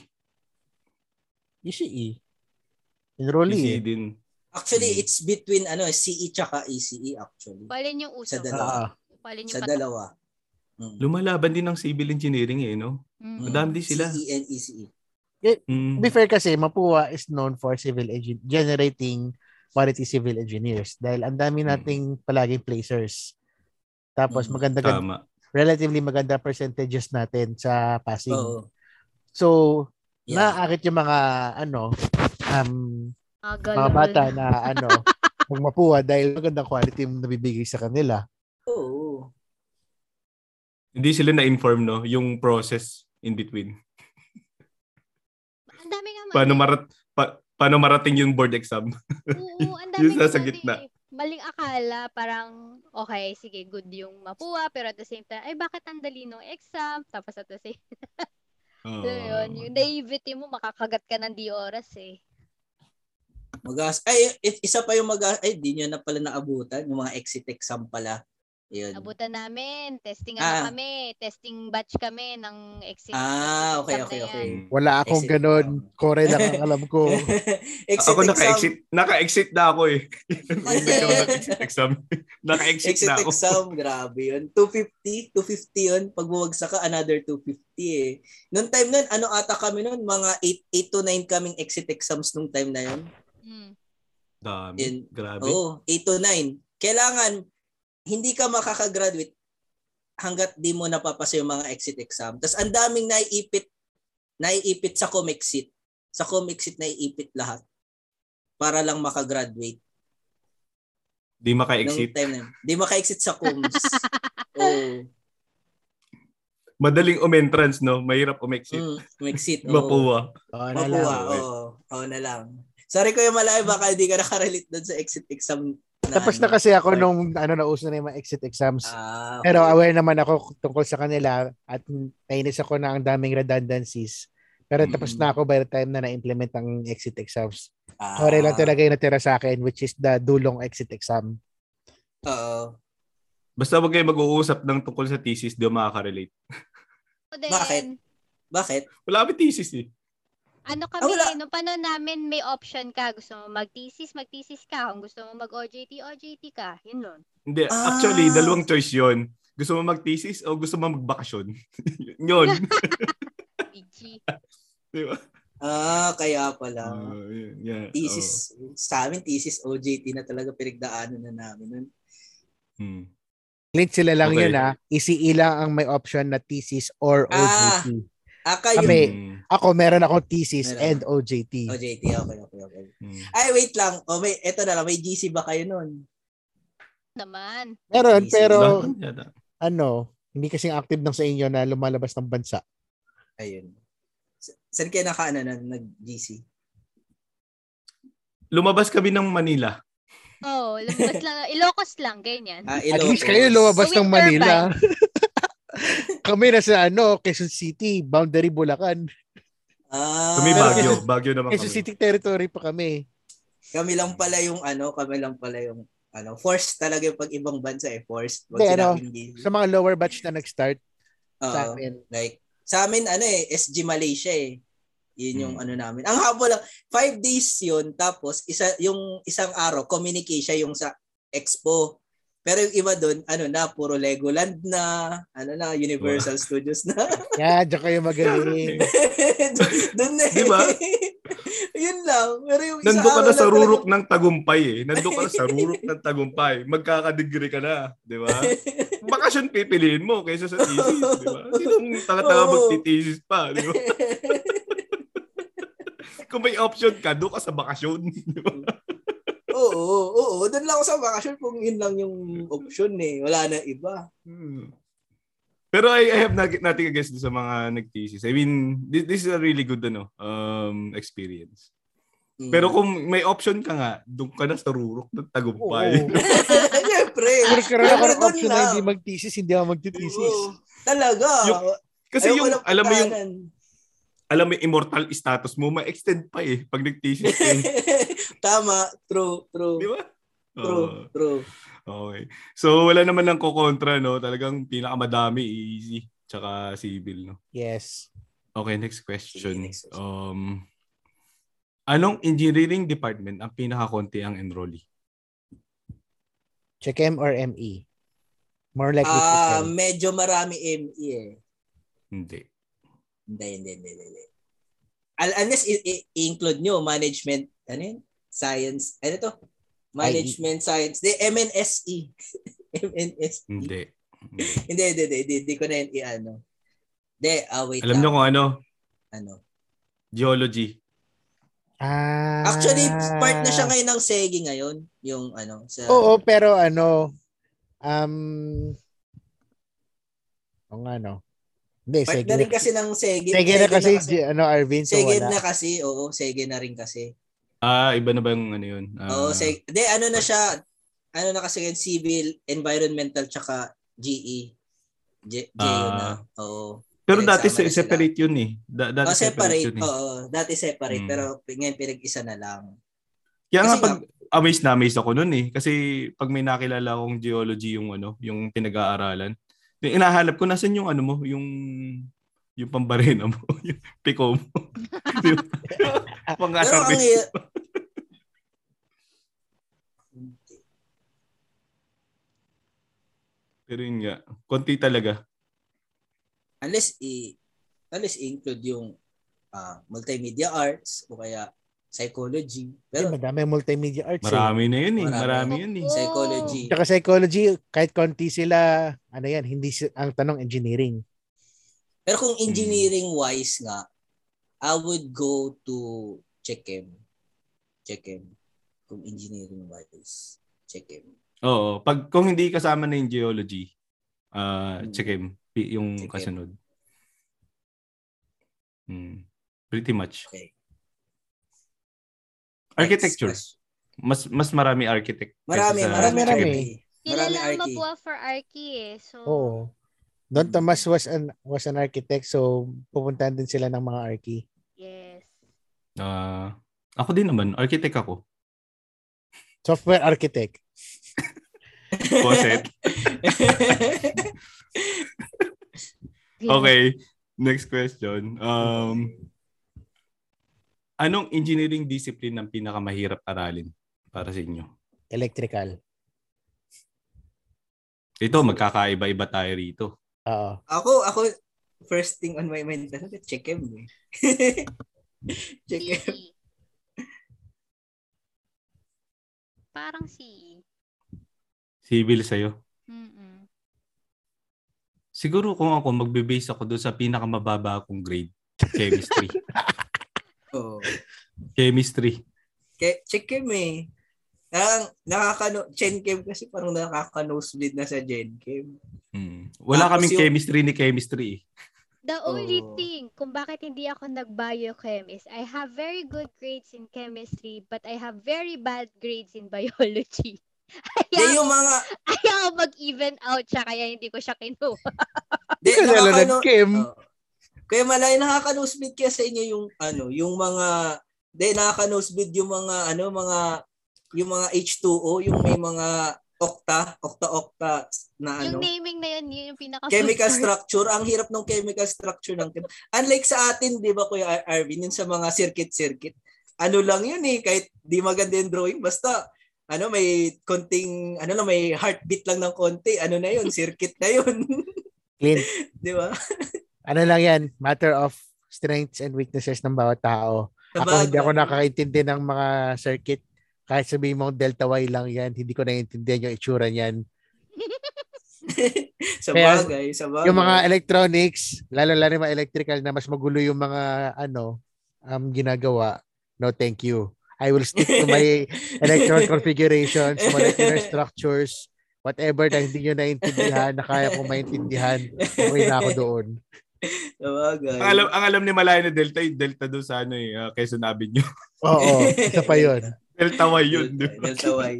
B: ECE. Enrollee.
A: ECE
B: eh.
A: din.
C: Actually,
A: Mm.
C: it's between ano CE E tsaka ECE actually.
D: Palin yung
C: Sa
D: usap.
C: dalawa.
B: Ah,
D: Palin yung
C: Sa
D: patak.
C: dalawa. Hmm.
A: lumalaban din ng civil engineering eh, no?
D: Hmm.
C: Mm.
A: Madami din sila.
C: C-E-N-E-C-E.
A: Mm.
B: To be fair kasi, Mapua is known for civil engin- generating quality civil engineers dahil ang dami
A: Hmm.
B: nating palaging placers. Tapos
C: Mm,
B: maganda
A: Tama.
B: relatively maganda percentages natin sa passing.
C: Oo.
B: So,
C: Yeah.
B: naaakit yung mga ano um
D: Mga
B: mga
D: galon.
B: bata na ano magmapuha dahil magandang quality yung nabibigay sa kanila.
C: Oo.
A: Hindi sila na-inform, no? Yung process in between.
D: Ang dami nga mali.
A: Paano, marat pa- paano marating yung board exam?
D: Oo,
C: [laughs]
D: ang dami
A: Yung
D: nga
A: sa
D: mali
A: gitna.
D: eh. Maling akala, parang, okay, sige, good yung mapuha, pero at the same time, ay, bakit ang dali nung exam? Tapos at the same
A: Oo. Mm.
D: time, yun, yung naivety mo, makakagat ka ng di oras eh.
C: Magas. Ay, i- isa pa yung magas. Ay, di nyo na pala naabutan. Yung mga exit exam pala. Yun. [laughs]
D: Abutan namin, testing
C: Hmm. Ah.
D: ano kami, testing batch kami ng exit. exit
C: Ah, okay,
D: exam
C: okay,
D: na
C: okay.
D: yan.
B: Wala akong
C: Exit
B: ganun.
C: exam.
B: Kore
C: [laughs]
B: lang ang alam ko.
C: exit
A: ako
C: exam.
A: naka-exit. Naka-exit na ako
D: [laughs]
A: eh. Bumili ako ng exit exam. naka-exit
C: Exit
A: na ako.
C: exam, grabe yun. 250, 250 yun. Pag bumagsak ka, another 250 eh. Noong time nun, ano ata kami nun? Mga 8, 8 to 9 kaming exit exams nung time na yun.
D: Mm.
A: Dami.
C: In-
A: Grabe.
C: Oo, 8 to 9. Kailangan, hindi ka makakagraduate hanggat di mo napapasa yung mga exit exam. Tapos ang daming naiipit, naiipit sa Comexit. Sa Comexit naiipit lahat para lang makagraduate.
A: Di
C: Nung
A: maka-exit.
C: time na yun. Di maka-exit sa Coms. Oo.
A: Madaling umentrance, no? Mahirap umexit. ah.
C: Mm, Comexit. oo.
A: Mapuwa.
B: Oo, na lang.
C: Mapuha,
A: lang.
C: oo. Oo na lang. Sorry ko yung malayo, baka hindi ka nakarelate doon sa exit exam. Na,
B: Tapos na
C: ano.
B: kasi ako nung ano nauso na yung mga exit exams.
C: Ah, okay.
B: Pero aware naman ako tungkol sa kanila at nainis ako na ang daming redundancies. Pero tapos
C: Mm.
B: na ako by the time na na-implement ang exit exams.
C: Ah,
B: Kore lang talaga yung natira sa akin which is the dulong exit exam.
C: Oo.
A: Basta wag kayo mag-uusap ng tungkol sa thesis, di ako makaka-relate.
D: So then,
C: Bakit? Bakit?
A: Wala kami thesis eh.
D: Ano
C: Ah,
D: kami,
C: wala.
D: eh, nung panahon namin, may option ka. Gusto mo mag-thesis, mag-thesis ka. Kung gusto mo mag-OJT, OJT ka. Yun nun.
A: Hindi,
C: Ah.
A: actually, dalawang choice yon Gusto mo mag-thesis o gusto mo magbakasyon? [laughs] yun.
C: [laughs]
D: Bitchy.
A: Di ba?
C: Ah, kaya
A: [laughs]
C: pala.
B: Hmm,
A: Ah, yun, yeah.
C: thesis. Sa amin, thesis OJT na talaga pinagdaanan na namin. nun.
A: Oo. Hmm.
B: Clint sila lang
A: Okay.
B: yun ha. ECE lang ang may option na thesis or
C: Ah,
B: OJT.
C: Ah, kayo.
B: Kami.
A: Hmm.
B: Ako meron akong thesis
C: Meron.
B: and OJT.
C: OJT, okay, okay, okay.
A: Hmm.
C: Ay, wait lang. O, may, eto na lang. May GC ba kayo nun?
D: Naman.
B: Meron
C: thesis.
B: pero
A: Lahat nun yata.
B: ano, hindi kasing active ng sa inyo na lumalabas ng bansa.
C: Ayun. Sa- Saan kayo naka, ano, nun, nag-GC?
A: Lumabas kami ng Manila.
D: Oo, oh, lumabas lang. [laughs] Ilocos lang, ganyan.
C: Ah,
B: At least
C: Ilocos.
B: kayo lumabas
D: Gawing
B: ng Manila. [laughs] Kami nasa ano, Quezon City, boundary Bulacan.
C: Ah,
A: Kami Baguio. Bagyo naman
B: Quezon
A: kami.
B: City territory pa kami.
C: Kami lang pala yung, ano, kami lang pala yung, ano, forced talaga yung pag ibang bansa eh, forced. Pag
B: Hindi, ano,
C: sinabing GC.
B: Sa mga lower batch na nag-start
C: Oo.
B: sa amin.
C: Like, sa amin, ano eh, SG Malaysia eh. Yun yung
A: Mm.
C: ano namin. Ang habo lang, five days yun, tapos isa, yung isang araw, communication yung sa expo. Pero yung iba doon, ano na, puro Legoland na, ano na, Universal Studios na. [laughs]
B: Yan, diyan kayo magaling.
C: doon na eh.
A: Di ba?
C: [laughs] yun lang. Pero yung isang
A: Nandun ka
C: araw
A: na sa
C: lang
A: rurok ng tagumpay eh. Nandun ka na sa rurok ng tagumpay. Magkakadegree ka na, di ba? Bakasyon pipiliin mo kaysa sa thesis, di ba? Sinong tanga-tanga
C: Oo.
A: magtitesis pa, di ba?
C: talaga-
A: Kung may option ka, doon ka sa bakasyon, di ba?
C: oo, oo. Doon lang ako sa vacation kung yun lang yung option eh. Wala na iba.
A: Hmm. Pero I, I have not, nothing against sa mga nag-thesis. I mean, this, this is a really good ano, um, experience.
C: Mm.
A: Pero
C: [laughs]
A: kung may option ka nga, doon ka na sa rurok ng tagumpay.
B: Oo.
C: Eh, Siyempre.
B: Nagkaroon ako ng
C: Pero doon
B: option na
C: lang.
B: hindi mag-thesis, hindi ako mag-thesis.
C: Oo. Talaga.
A: Yung- [laughs] Kasi
C: Ayoko
A: yung,
C: ng
A: alam mo yung,
C: putanan.
A: alam mo yung immortal status mo, ma-extend pa eh pag nag-thesis ka
C: [laughs]
A: eh.
C: [laughs] Tama. True. True.
A: Di ba?
C: True.
A: Oo.
C: True.
A: Okay. So, wala naman ng kukontra, no? Talagang pinakamadami, easy. Tsaka civil, no?
B: Yes.
A: Okay, next question.
C: Sige, next question.
A: Um, anong engineering department ang pinakakonti ang enrollee?
B: Check M or ME. E. More likely to
C: Ah,
B: fail.
C: medyo marami ME eh.
A: Hindi.
C: Hindi, hindi, hindi, hindi, hindi. Al- unless i- i- include nyo management, ano yun? Science, ano to? Management science. Di, MNSE. [laughs] MNSE.
A: Hindi.
C: Hindi, hindi, hindi, hindi, hindi ko na yun i-ano. Hindi, ah, wait
A: Alam niyo
C: lang.
A: kung ano?
C: Ano?
A: Geology.
B: Ah.
C: Actually, part na siya ngayon ng SEGI ngayon. Yung ano, sa...
B: Oo, pero ano, um, o nga, no? Hindi,
C: part
B: sige.
C: na rin kasi ng SEGI.
B: Sige na kasi, J- ano, Arvin, so
C: SEGI
B: wala.
C: na kasi, oo, SEGI na rin kasi.
A: Ah, iba na ba yung ano yun? Ah,
C: Oo, SEGI. Hindi, ano na siya, ano na kasi yun, civil, environmental, tsaka GE. J, J yun na.
A: Ah.
C: Oo.
A: Pero dati
C: Sama
A: se-
C: na sila.
A: separate yun eh. Da- dati
C: Oh,
A: separate,
C: separate.
A: yun eh.
C: Oo, dati separate.
A: Mm.
C: Pero ngayon pinag-isa na lang.
A: Kaya nga
C: Kasi
A: pag amazed na amazed ako nun eh. Kasi pag may nakilala akong geology yung ano, yung pinag-aaralan, yung inahalap ko, nasan yung ano mo, yung yung pambarena mo, [laughs] yung piko mo. [laughs] Yung-
C: Pero ang...
A: Pangasabi.
C: i-
A: Pero yun nga, konti talaga.
C: unless i unless include yung ah, multimedia arts o kaya psychology
B: Hindi,
C: pero
B: madami multimedia arts. eh.
A: Marami na yun eh.
C: Marami.
A: Marami yun eh.
C: psychology
B: Tsaka psychology, kahit konti sila, ano yan, hindi si- ang tanong engineering.
C: pero kung engineering wise nga I would go to Chechem Chechem kung engineering wise Chechem
A: Oo. Pag, kung hindi kasama na yung geology, ah
C: Hmm.
A: check him. P- Yung
C: Check him.
A: kasunod. Hmm. Pretty much.
C: okay
A: Architecture.
C: Next question.
A: Mas mas marami architect.
C: marami
A: kaysa sa
C: marami
A: check him.
B: Marami.
C: Marami
D: Kilala ang
C: Arky. [laughs]
D: mabuha for Arky eh. So,
B: Oo. Don Tomas was an was an architect so pupuntahan din sila ng mga archi.
D: yes.
A: Ah, ako din naman, architect [laughs] ako.
B: Software architect.
A: Closet. okay. Next question. Um, anong engineering discipline ang pinakamahirap aralin para sa inyo?
B: Electrical.
A: Ito, magkakaiba-iba tayo rito.
B: Oo.
C: ako ako first thing on my mind [laughs] talaga Chechem eh. Chechem
D: CE. Parang CE.
A: Civil sa'yo.
D: Mm-mm.
A: Siguro kung ako, magbe-base ako doon sa pinakamababa akong grade. [laughs] Chemistry.
C: oh
A: Chemistry.
C: Ke, check him eh. Ang nakakano, Chen Kim kasi parang nakaka-nosebleed na sa Jen Kim.
A: Mm. Wala
C: Tapos
A: kaming
C: yung-
A: chemistry ni chemistry. eh.
D: The only
C: Oo.
D: thing kung bakit hindi ako nag-biochem is I have very good grades in chemistry but I have very bad grades in biology. [laughs]
C: De,
D: Ayaw,
C: yung mga,
D: ayaw ko mag-even out siya kaya hindi ko siya kinuha.
C: de,
B: Kasi alam ng
C: nakakano,
B: Kim.
C: Oo. kaya malay nakaka-nosebleed kaya sa inyo yung, ano, yung mga, de, nakaka-nosebleed yung mga, ano, mga, yung mga H2O, yung may mga okta, okta-okta na
D: Yung
C: ano.
D: naming na yun, yun yung pinaka
C: chemical structure. Ang hirap ng chemical structure ng chem- Unlike sa atin, di ba Kuya Ar- Arvin, yun sa mga circuit-circuit, ano lang yun eh, kahit di maganda yung drawing, basta ano may konting ano lang may heartbeat lang ng konti ano na yun circuit na yun [laughs]
B: Clint,
C: di ba
B: ano lang yan, matter of strengths and weaknesses ng bawat tao. Ako hindi ako nakakaintindi ng mga circuit. Kahit sabihin mo delta Y lang yan, hindi ko naiintindihan yung itsura niyan.
C: sa
B: Kaya-
C: bagay sa bagay
B: Yung mga electronics, lalo lalo yung mga electrical na mas magulo yung mga ano um, ginagawa. No, thank you. I will stick to my electron configurations, molecular structures, whatever na hindi nyo naintindihan, na kaya kong maintindihan, okay na ako doon.
C: sa bagay
A: Ang alam, ang alam ni Malaya na Delta, yung Delta doon sa ano eh, uh, Quezon Avenue. [laughs]
B: Oo, isa pa yun.
A: Delta Y yun. di
C: Delta-
A: ba?
C: Delta Y. [laughs]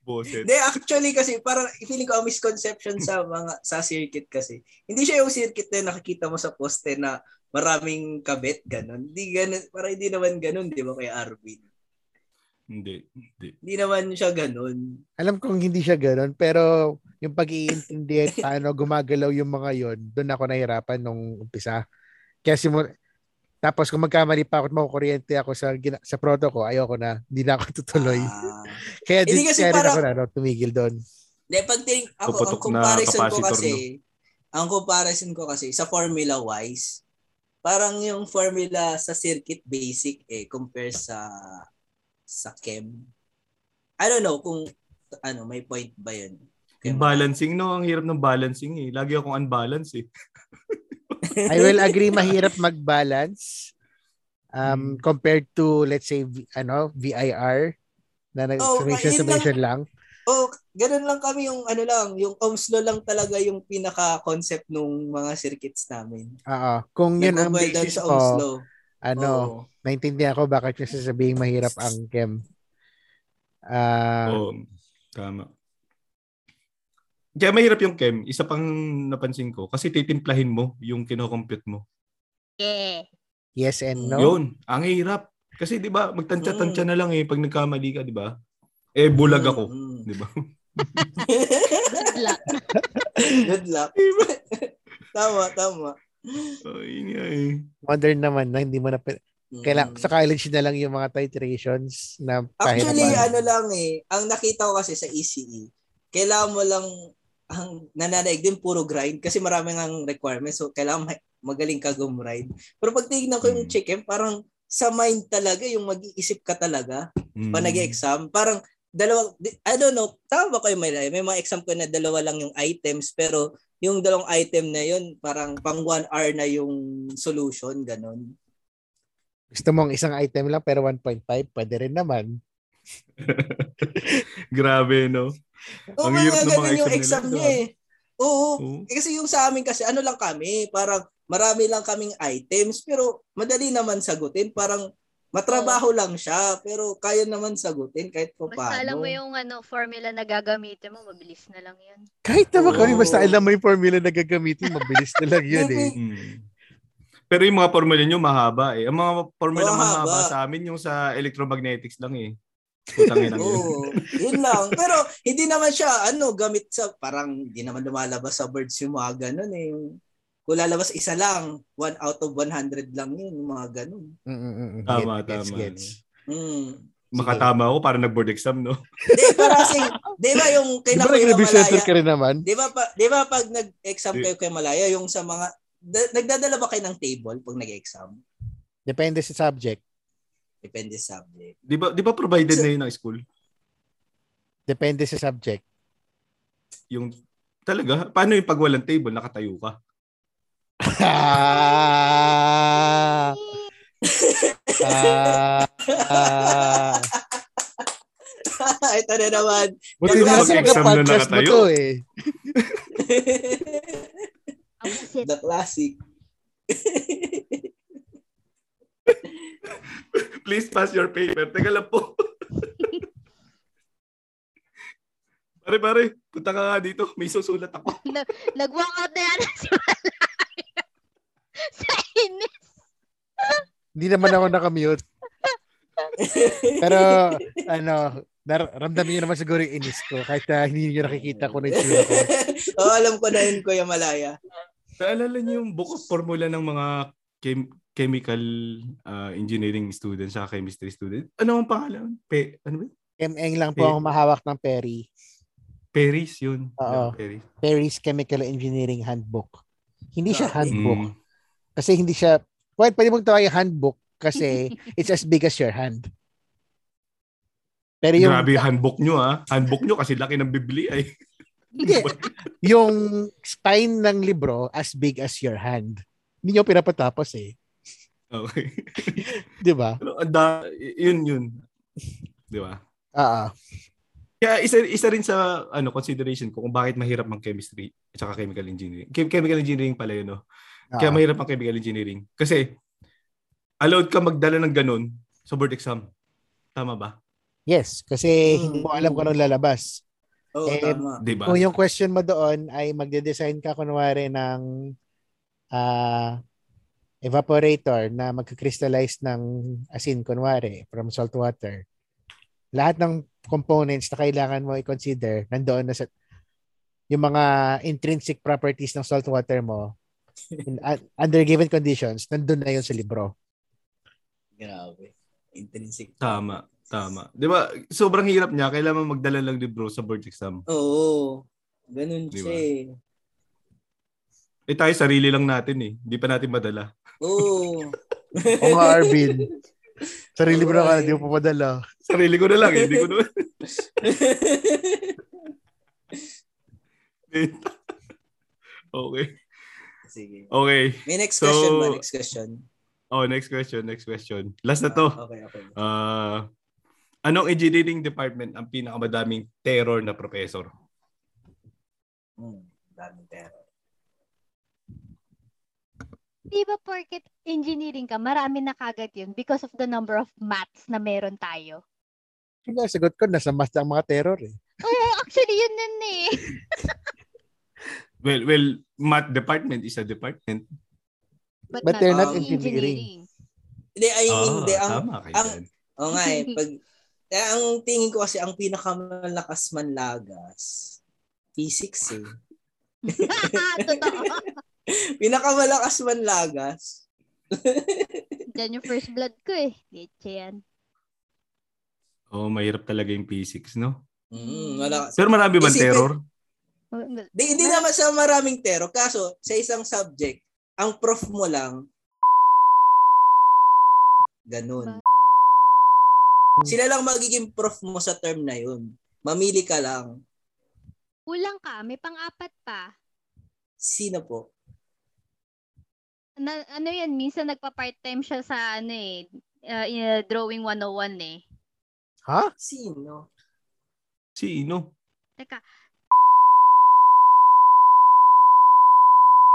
A: Boses.
C: Hindi, actually kasi parang feeling ko ang misconception sa mga sa circuit kasi. Hindi siya yung circuit na nakikita mo sa poste na maraming kabit ganun. Hindi ganun, para hindi naman ganun, 'di ba kay Arvin?
A: Hindi.
C: Hindi naman siya ganun.
B: Alam kong hindi siya ganun, pero yung pag-iintindi at paano gumagalaw yung mga yon doon ako nahirapan nung umpisa. Kaya simula, tapos kung magkamali pa ako at makukuryente ako sa, gina- sa proto ko, ayoko na, hindi na ako tutuloy.
C: Ah.
B: Kaya
C: Hindi
B: din
C: kasi
B: kaya rin
C: parang-
B: ako na, no, tumigil doon.
C: Hindi, pag ting, ako, ang
A: Puputok na
C: comparison ko
A: capacitor,
C: kasi, ang comparison ko kasi, sa formula-wise, parang yung formula sa circuit basic eh, compare sa sa chem. I don't know kung ano, may point ba yun.
A: Yung balancing, no? Ang hirap ng balancing eh. Lagi akong unbalanced eh.
B: I will agree mahirap mag-balance
C: Hmm.
B: um compared to let's say v, ano VIR na nag
C: Oh,
B: summation
C: ayun lang.
B: summation lang.
C: Oh, ganun lang kami yung ano lang, yung Ohm's law lang talaga yung pinaka-concept nung mga circuits namin.
B: Oo. Kung yun ang
C: Nagkumpare doon
B: basis
C: sa Ohm's
B: ko,
C: law.
B: ano,
C: Oo.
B: naintindihan ko bakit yung sasabing mahirap ang chem. Ah,
A: Oo. Tama. Kaya mahirap yung chem. Isa pang napansin ko. Kasi titimplahin mo yung kinocompute mo.
C: [laughs]
D: Yeah.
B: yes and no.
A: Yun. Ang hirap. Kasi di ba magtantsa-tantsa na lang eh pag nagkamali ka, di ba? Eh bulag ako,
C: Mm, mm.
A: di ba? [laughs]
D: Good luck.
C: [laughs] Good luck. [laughs] tama, tama.
A: Oh, yun nga eh.
B: Modern naman na hindi mo na pin-
C: Mm.
B: kailang sa college na lang yung mga titrations na
C: Actually,
B: pahirapan.
C: ano lang eh, ang nakita ko kasi sa ECE, kailangan mo lang ang nananaig din puro grind kasi marami ang requirements so kailangan ma- magaling ka gumrind. Pero pag tinignan ko yung
A: Mm.
C: chicken, parang sa mind talaga yung mag-iisip ka talaga.
A: Mm.
C: pa nag-exam, parang dalawa, di- I don't know, tama ba kayo may May mga exam ko na dalawa lang yung items, pero yung dalawang item na yun, parang pang one hour na yung solution, ganun.
B: Gusto mong isang item lang pero 1.5, pwede rin naman.
A: Grabe, no?
C: Oo,
A: Ang hirap
C: mga
A: ng mga
C: ganun yung
A: exam
C: exam
A: nila,
C: niya eh. Oo,
A: Oo.
C: eh, kasi yung sa amin kasi, ano lang kami, parang marami lang kaming items, pero madali naman sagutin, parang matrabaho lang siya, pero kaya naman sagutin kahit pa paano.
D: Basta alam mo yung ano, formula na gagamitin mo, mabilis na lang yun.
B: Kahit naman kami,
C: Oo.
B: basta alam mo yung formula na gagamitin, mabilis na lang [laughs] yun eh.
A: Mm. Pero yung mga formula nyo mahaba eh. Ang mga formula
C: Mahaba.
A: mahaba sa amin yung sa electromagnetics lang eh. Putang
C: [laughs]
A: ina yun.
C: Oo, yun lang. Pero hindi naman siya, ano, gamit sa, parang hindi naman lumalabas sa birds yung mga ganun eh. Kung lalabas isa lang, one out of 100 lang yun, yung mga ganun.
B: Mm-mm-mm.
A: Tama,
B: Gets,
A: tama.
B: gets.
C: Hmm.
A: Makatama ako para nag-board exam, no?
C: Di, para kasi, di ba yung
B: Di ba
C: kinakuya
B: nag-review center
C: malaya,
B: ka rin naman?
C: di ba, pa, di ba pag
A: Di-
C: nag-exam kayo kay malaya, yung sa mga, da- nagdadala ba kayo ng table pag nag-exam?
B: Depende sa subject.
C: Depende sa subject. [laughs]
A: Di ba, di ba provided
C: So-
A: na yun ng school?
B: Depende sa subject. [laughs]
A: Yung, talaga? Paano yung pag walang table, nakatayo ka?
B: Ah, ah, ah.
C: Ito na naman. [laughs]
B: Buti
C: Yung
B: na sa mga
C: mag-exam
A: na
B: podcast mo
A: nakatayo.
B: to eh.
D: Ang sit.
C: The classic.
A: [laughs] Please pass your paper. Teka lang po. [laughs] pare, pare. Punta ka nga dito. May susulat ako.
D: Nag-walkout na yan si Malaya. [laughs] Sa inis.
B: Hindi naman ako nakamute. Pero, ano, nar- ramdamin nyo naman siguro yung inis ko. Kahit na hindi nyo nakikita ko na yung tsura ko.
C: oh, alam ko na yun, Kuya Malaya.
A: Naalala niyo yung book of formula ng mga chem- chemical ah, engineering students sa chemistry student? Ano ang pangalan? Pe- ano ba? yun?
B: MN lang po ang mahawak ng Perry.
A: Paris yun.
B: Oo.
A: Yeah, Paris.
B: Perry's Chemical Engineering Handbook. Hindi siya
C: Okay.
B: handbook.
A: Mm.
B: Kasi hindi siya, well, pwede mong tawagin handbook kasi it's as big as your hand. Pero yung,
A: Grabe, handbook nyo ah. Handbook nyo kasi laki ng Biblia eh.
B: hindi, yung spine ng libro as big as your hand. Hindi nyo pinapatapos eh.
A: [laughs] Okay.
B: Di ba?
A: Pero ang da- yun, yun. Di ba?
B: Oo.
A: Kaya isa, isa rin sa ano consideration ko kung bakit mahirap ang chemistry at saka chemical engineering. Chem- Chemical engineering pala yun, no?
B: Oo.
A: Kaya mahirap ang chemical engineering. Kasi allowed ka magdala ng ganun sa board exam. Tama ba?
B: Yes, kasi
C: Mm.
B: hindi mo alam kung anong lalabas.
C: Oo,
B: Eh,
C: tama.
A: Di ba?
B: Kung yung question mo doon ay magde-design ka kunwari ng ah, evaporator na magkakristallize ng asin kunwari from salt water. Lahat ng components na kailangan mo i-consider nandoon na sa yung mga intrinsic properties ng salt water mo in, un- under given conditions, nandun na yun sa libro.
C: Grabe. Intrinsic.
A: Tama. Tama. Di ba? Sobrang hirap niya. Kailangan magdala lang libro sa board exam.
C: Oo. Ganun
A: Di
C: siya
A: ba?
C: eh.
A: Eh tayo, sarili lang natin eh. Hindi pa natin madala.
C: Oo.
B: O nga, Arvin. Sarili mo na ka,
C: Alright.
B: di mo papadala.
A: Sarili ko na lang eh. Hindi ko na... [laughs] okay.
C: [laughs] Sige.
A: Okay.
C: May next
A: So-
C: question ba? Next question.
A: Oh, next question. Next question. Last na to.
C: Ah, okay, okay.
A: Uh, anong engineering department ang pinakamadaming terror na professor?
C: Hmm, daming pera.
D: Di ba porket engineering ka, marami na kagad yun because of the number of maths na meron tayo.
B: Kaya sagot ko, nasa mas ang mga terror eh.
D: Oo, actually yun yun eh.
A: Well, well, math department is a department.
B: But they're
C: not
B: engineering.
C: Hindi, ay,
A: Ah,
C: Eh, hindi. Ang,
A: tama kayo
C: ang,
A: dyan.
C: Oo nga eh. Pag, eh, ang tingin ko kasi ang pinakamalakas manlagas, physics
A: [laughs]
C: eh.
D: [laughs] Totoo.
C: Pinakamalakas manlagas.
D: Diyan yung first blood ko eh. Leche yan.
A: Oh, mahirap talaga yung physics, no?
C: Mm, malakas.
A: Pero marami bang
C: Isipin-
A: terror?
C: Di, hindi naman sa maraming tero. Kaso, sa isang subject, ang prof mo lang, ganun. Sila lang magiging prof mo sa term na yun. Mamili ka lang.
D: Kulang ka, may pang-apat pa.
C: Sino po?
D: Na, ano yan, minsan nagpa-part-time siya sa ano eh, uh, in- drawing 101 eh.
B: Ha?
C: [laughs] Sino? [laughs]
A: Sino?
D: Teka.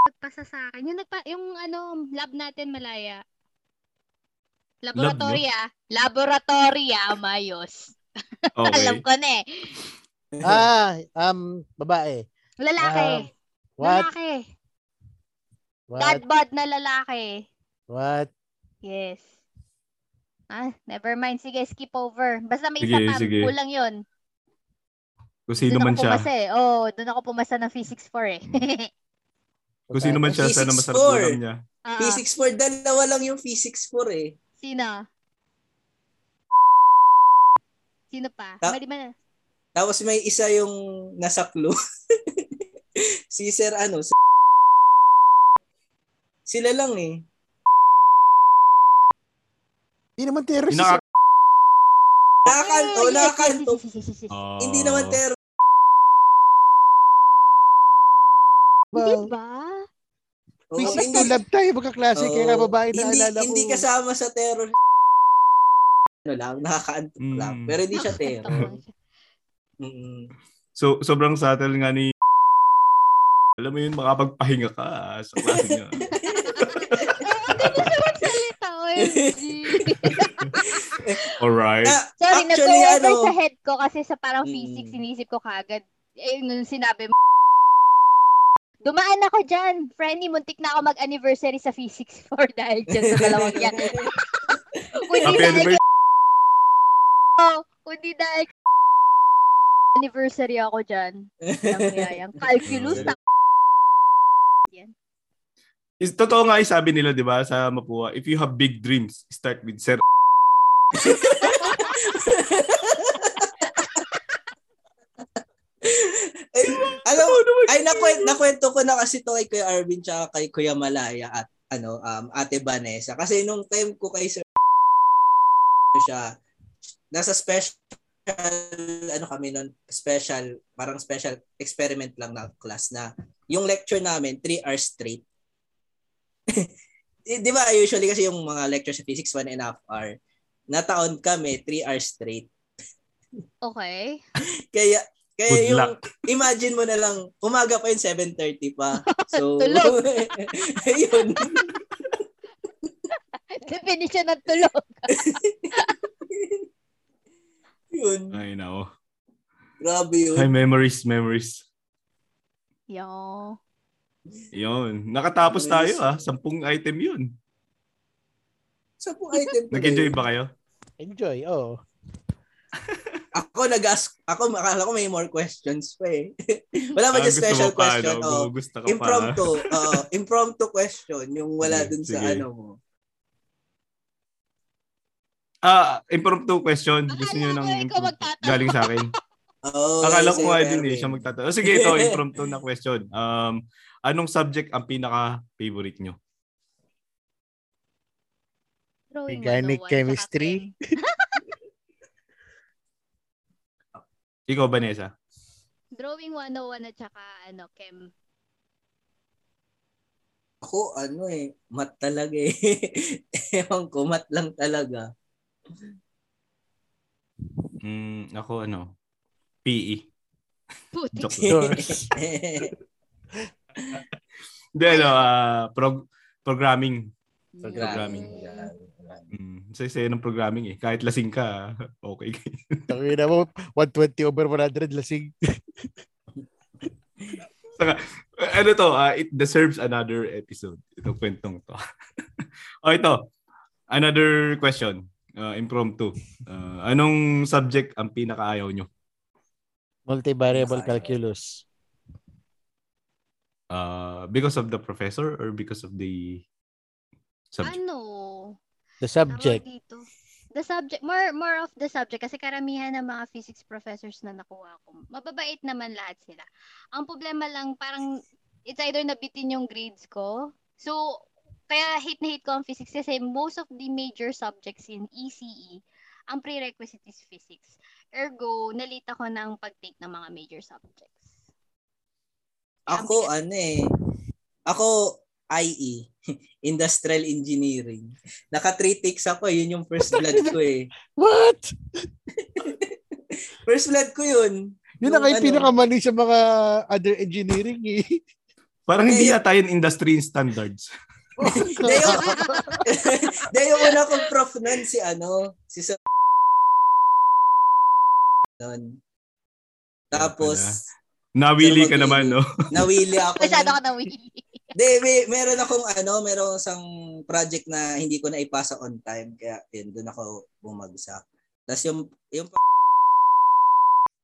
D: Nagpasa sa akin. Yung, nagpa, yung ano, lab natin, Malaya. Laboratoria. Laboratoria, Mayos.
A: Okay.
D: Alam ko na eh.
B: Ah, um, babae.
A: Ah,
D: Lalaki.
C: Ah,
B: What?
D: Lalaki.
B: What?
D: Dad bod na lalaki.
B: What?
D: Yes. Ah, never mind. Sige, skip over. Basta may
A: Sige,
D: isa pa.
A: sige.
D: Kulang yun.
A: Kung sino man
D: doon ako
A: siya.
D: pumasa eh. Oo, doon ako pumasa ng Physics 4 eh. [laughs]
A: Kung sino man siya, sana
C: Physics
A: masarap
C: four.
A: ulam niya.
D: Ah,
C: Physics 4. Dalawa lang yung physics 4 eh.
D: Sino? Sino pa?
C: Ta-
D: Mali ba na?
C: Tapos may isa yung nasa clue. [laughs] si Sir ano, si- sila lang eh.
B: Hindi naman terror si
A: Inak-
C: Nakakanto,
D: Oh, yes, yes,
C: nakakanto.
D: yes, yes, yes, yes.
A: Ah.
C: Hindi
B: Oh.
C: naman terror.
D: Di
B: Sabah.
D: ba?
C: Oo,
B: Physics
C: Oh, hindi,
B: to lab tayo, magkaklase.
C: oo.
B: kaya nga babae na
C: hindi,
B: alala ko.
C: hindi kasama sa terror. Ano lang, nakakaantok
A: Mm.
C: lang. Pero hindi siya terror. Mm.
D: Totoo lang siya.
C: Mm-mm.
A: So, sobrang subtle nga ni alam mo yun, makapagpahinga ka ah, sa klase
C: [laughs]
A: niya.
D: Salita,
C: [laughs]
D: OMG.
A: Alright.
C: Ah,
D: Sorry,
C: actually,
D: nag-over
C: ano,
D: sa head ko kasi sa parang
C: Mm.
D: physics, sinisip ko kagad. Eh, nung sinabi mo, Dumaan ako dyan. Frenny, muntik na ako mag-anniversary sa Physics [laughs] 4 dahil dyan sa
C: [laughs]
D: dalawang yan. Kundi
A: Happy
D: dahil [laughs]
A: anniversary.
D: Oh, kundi dahil [laughs] anniversary ako dyan. Nangyayang. Calculus na.
A: Is, totoo nga yung sabi nila, di ba, sa Mapua, if you have big dreams, start with [laughs] sir.
C: Ay, alam mo,
A: Ano naman?
C: ay nakwen- nakwento ko na kasi to kay Kuya Arvin tsaka kay Kuya Malaya at ano um, Ate Vanessa kasi nung time ko kay Sir siya nasa special ano kami nun special parang special experiment lang na class na yung lecture namin 3 hours straight [laughs] Eh, di ba usually kasi yung mga lecture sa physics 1 and a half hour nataon kami 3 hours straight
D: Okay.
C: kaya kaya
A: Good
C: yung
A: luck.
C: imagine mo na lang, umaga pa yun, 7.30 pa. So,
D: Tulog.
C: [laughs] yun.
D: [laughs] Definition ng tulog.
C: Yun.
A: Ay, nako.
C: Grabe
A: Ay,
C: yun.
A: memories, memories.
D: Yo.
A: Yun. Nakatapos tayo ah. Sampung item yun.
C: Sa po item eh, ko
A: Nag-enjoy
C: na yun.
A: ba kayo?
B: Enjoy, oo.
C: Oh Ako nag-ask. Ako, akala ko may more questions pa eh. [laughs] Wala ba
A: Ah,
C: just
A: gusto
C: special
A: mo pa,
C: question?
A: ano?
C: Oh,
A: gusto ka pa.
C: impromptu. oh, Oo, ano impromptu question. Yung wala
A: Sige,
C: dun sa
A: sige.
C: ano mo.
A: Ah, impromptu question.
D: Akala
A: Gusto niyo
D: ko
A: ng
D: ikaw magtatanong.
A: galing sa akin.
C: [laughs] Oh,
A: Akala
C: yes,
A: ko
C: sir,
A: nga din eh,
C: Erwin.
A: siya magtatanong. Oh,
C: [laughs]
A: sige, ito, impromptu na question. Um, anong subject ang pinaka-favorite nyo?
E: oh
D: Drawing
B: Organic
D: 101,
B: chemistry.
D: tsaka
A: Ikaw, Vanessa?
E: chem. Drawing 101 at saka ano, chem.
C: Ako, ano eh, mat talaga eh. [laughs] Ewan ko, mat lang talaga.
A: Mm, ako, ano? PE.
D: Putik.
A: Joke
C: [laughs]
A: lang.
B: Doors.
A: Hindi, ano, ah, prog- programming.
C: Programming.
A: Mm, saya ng programming eh. Kahit lasing ka, okay. [laughs]
B: Tangin na mo, 120 over 100 lasing.
A: ano to, ah, it deserves another episode. Itong kwentong to. [laughs] o ito, another question. Ah, impromptu. Ah, anong subject ang pinakaayaw nyo?
B: Multivariable
C: Nakaayaw.
B: calculus.
A: Ah, because of the professor or because of the subject?
E: Ano?
B: The
E: Tawag
B: subject.
E: Dito. The subject, more more of the subject kasi karamihan ng mga physics professors na nakuha ko, mababait naman lahat sila. Ang problema lang parang it's either nabitin yung grades ko. So kaya hate na hate ko ang physics kasi most of the major subjects in ECE, ang prerequisite is physics. Ergo, nalita ko na ang pag-take ng mga major subjects.
C: Ako, ano eh. Ako, IE. [laughs] Industrial Engineering. Naka three takes ako. eh. Yun yung first blood ko eh.
B: What?
C: First blood ko yun.
B: Yun ang kayo
C: Yung ano.
B: pinakamali sa mga other engineering
C: [laughs]
B: eh.
A: Parang hindi
C: Eh,
A: yata yun industry standards. [laughs]
C: Oh, Hindi, yung, [laughs] hindi, yung una kong prof nun, si ano, si Sir nun. Tapos,
A: Nawili ka
C: Pero
A: naman, no? [laughs]
C: nawili ako.
D: [laughs] Masyado
C: nun.
D: ka na wili.
C: [laughs] Hindi, may, meron akong ano, meron akong isang project na hindi ko na ipasa on time. Kaya yun, doon ako bumagsak. Tapos yung, yung pa-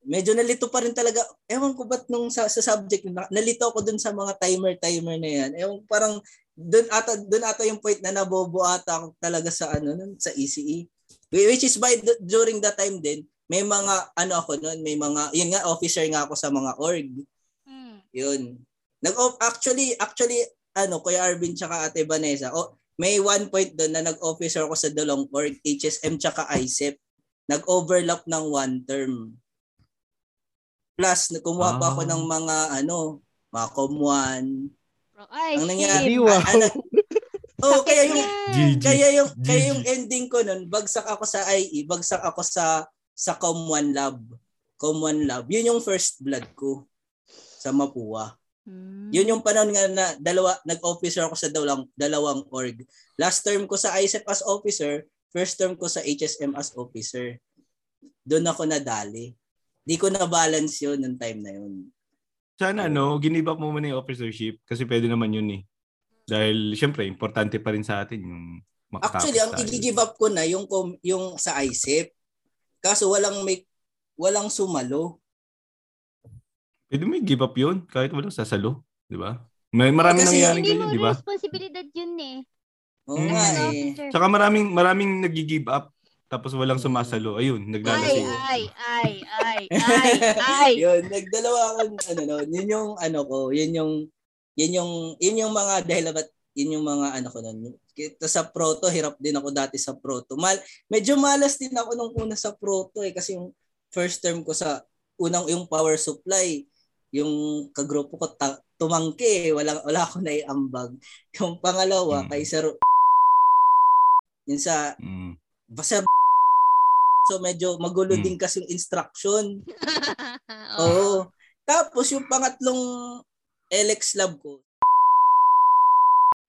C: medyo nalito pa rin talaga. Ewan ko ba't nung sa, sa subject, na- nalito ako dun sa mga timer-timer na yan. Ewan ko, parang doon ata, doon ata yung point na nabobo ata ako talaga sa ano, nun, sa ECE. Whi- Which is by the- during that time din, may mga ano ako noon, may mga, yun nga, officer nga ako sa mga org.
E: Hmm.
C: Yun. Nag oh, actually actually ano Kuya Arvin tsaka Ate Vanessa. Oh, may one point doon na nag-officer ko sa dalawang org, HSM tsaka ISEP. Nag-overlap ng one term. Plus, kumuha pa ako
A: Ah.
C: ng mga ano, mga comuan.
E: Ay,
C: Ang nangyari-
E: shit.
B: Di wow.
C: Ano, oh, kaya yung
D: [laughs]
E: Yan.
A: GG.
C: kaya yung kaya
A: GG.
C: yung ending ko nun, bagsak ako sa IE, bagsak ako sa sa Com 1 Lab. Com 1 Lab. Yun yung first blood ko sa Mapua.
E: Hmm.
C: Yun yung panahon nga na dalawa nag-officer ako sa dalawang dalawang org. Last term ko sa ISEP as officer, first term ko sa HSM as officer. Doon ako nadali. Di ko na balance yun nung time na yun.
A: Sana no, ginibak mo muna yung officership kasi pwede naman yun eh. Dahil syempre, importante pa rin sa atin yung makatapos
C: Actually, ang
A: tayo.
C: i-give up ko na yung com- yung sa ISEP. Kaso walang may walang sumalo.
A: Pwede mo i-give up yun kahit walang sasalo. Di ba? May maraming
C: Kasi
A: nangyayaring
E: Hindi mo
A: ganyan, di ba?
E: responsibilidad yun eh.
C: Oo
A: Mm.
C: nga
E: As an
D: Hmm.
C: eh.
E: officer.
A: Tsaka maraming, maraming nag-give up tapos walang sumasalo. Ayun,
D: Ay,
A: naglalasing.
D: ay, ay, ay, ay,
E: [laughs]
D: ay.
C: yun, nagdalawa akong ano no, yun yung ano ko, yun yung yun yung yun yung mga dahil dapat yun yung mga ano ko noon. Kita sa proto, hirap din ako dati sa proto. Mal, medyo malas din ako nung una sa proto eh kasi yung first term ko sa unang yung power supply, yung kagrupo ko ta- tumangke, eh. wala wala ako naiambag. Yung pangalawa
A: Mm.
C: kay Sir yun sa
A: Mm.
C: Sir So medyo magulo
A: Mm.
C: din kasi yung instruction.
D: Oo.
C: [laughs] Oo. Tapos yung pangatlong LX Lab ko.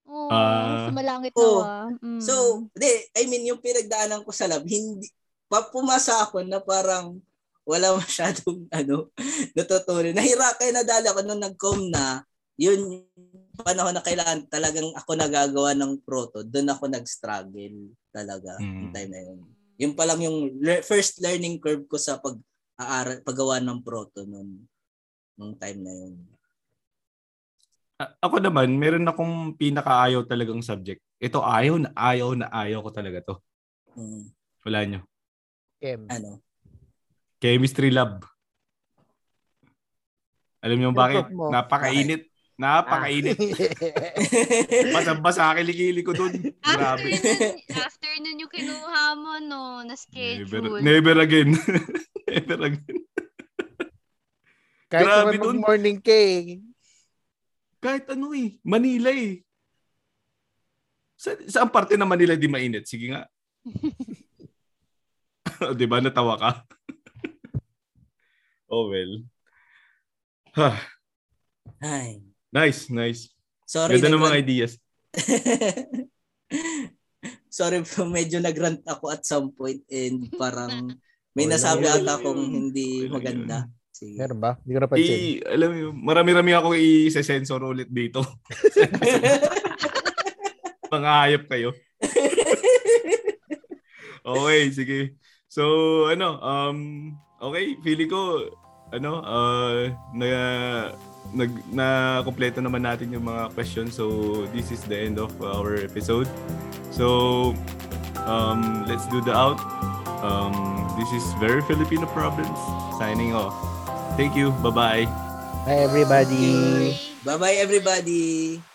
E: Oo,
A: Ah.
E: sumalangit
C: Oo.
E: na wa. Mm.
C: So, di, I mean, yung pinagdaanan ko sa lab, hindi, pa- pumasa ako na parang wala [laughs] masyadong ano, natutunan. Nahira kaya nadali ako nung nag-com na, yun yung panahon na kailangan talagang ako nagagawa ng proto. Doon ako nag-struggle talaga
A: Mm.
C: yung time na yun. Yun pa lang yung le- first learning curve ko sa pag aaral paggawa ng proto noon nung time na yun.
A: A- ako naman, meron akong pinakaayaw talagang subject. Ito ayaw na ayaw na ayaw ko talaga to.
C: Mm.
A: Wala nyo.
B: Chem.
C: Ano? [laughs]
A: Chemistry lab. Alam niyo
B: Yung
A: bakit?
B: prof mo. Ah.
A: Napakainit. Napakainit. Basa-basa kilikili ko dun.
E: After
A: Grabe.
E: nun, after nun yung kinuha mo, no,
A: Never,
E: na-schedule.
A: never again. [laughs] never again.
B: [laughs] Kahit
A: Grabe
B: naman
A: dun.
B: mag-morning ka eh.
A: Kahit ano eh. Manila eh. Sa, saan parte ng Manila di mainit? Sige nga. [laughs] di ba? Natawa ka. oh well. Huh.
C: Ay.
A: Nice, nice.
C: Sorry.
A: Ganda ng mga
C: nag-
A: ideas.
C: Sorry po, medyo nagrant ako at some point and
B: [laughs]
C: parang may
B: Okay lang
C: nasabi
B: yun.
C: ata akong hindi
A: Okay lang
C: maganda. Sige.
B: Meron ba? Hindi ko napansin.
A: I, alam mo, yun, marami-rami ako i-sensor ulit dito. mga hayop kayo. okay, sige. So, ano, um, okay, feeling ko, ano, uh, na, nag, na kompleto naman natin yung mga questions. So, this is the end of our episode. So, um, let's do the out. Um, this is Very Filipino Problems, signing off. Thank you. Bye-bye.
B: Hi everybody.
C: Bye-bye everybody!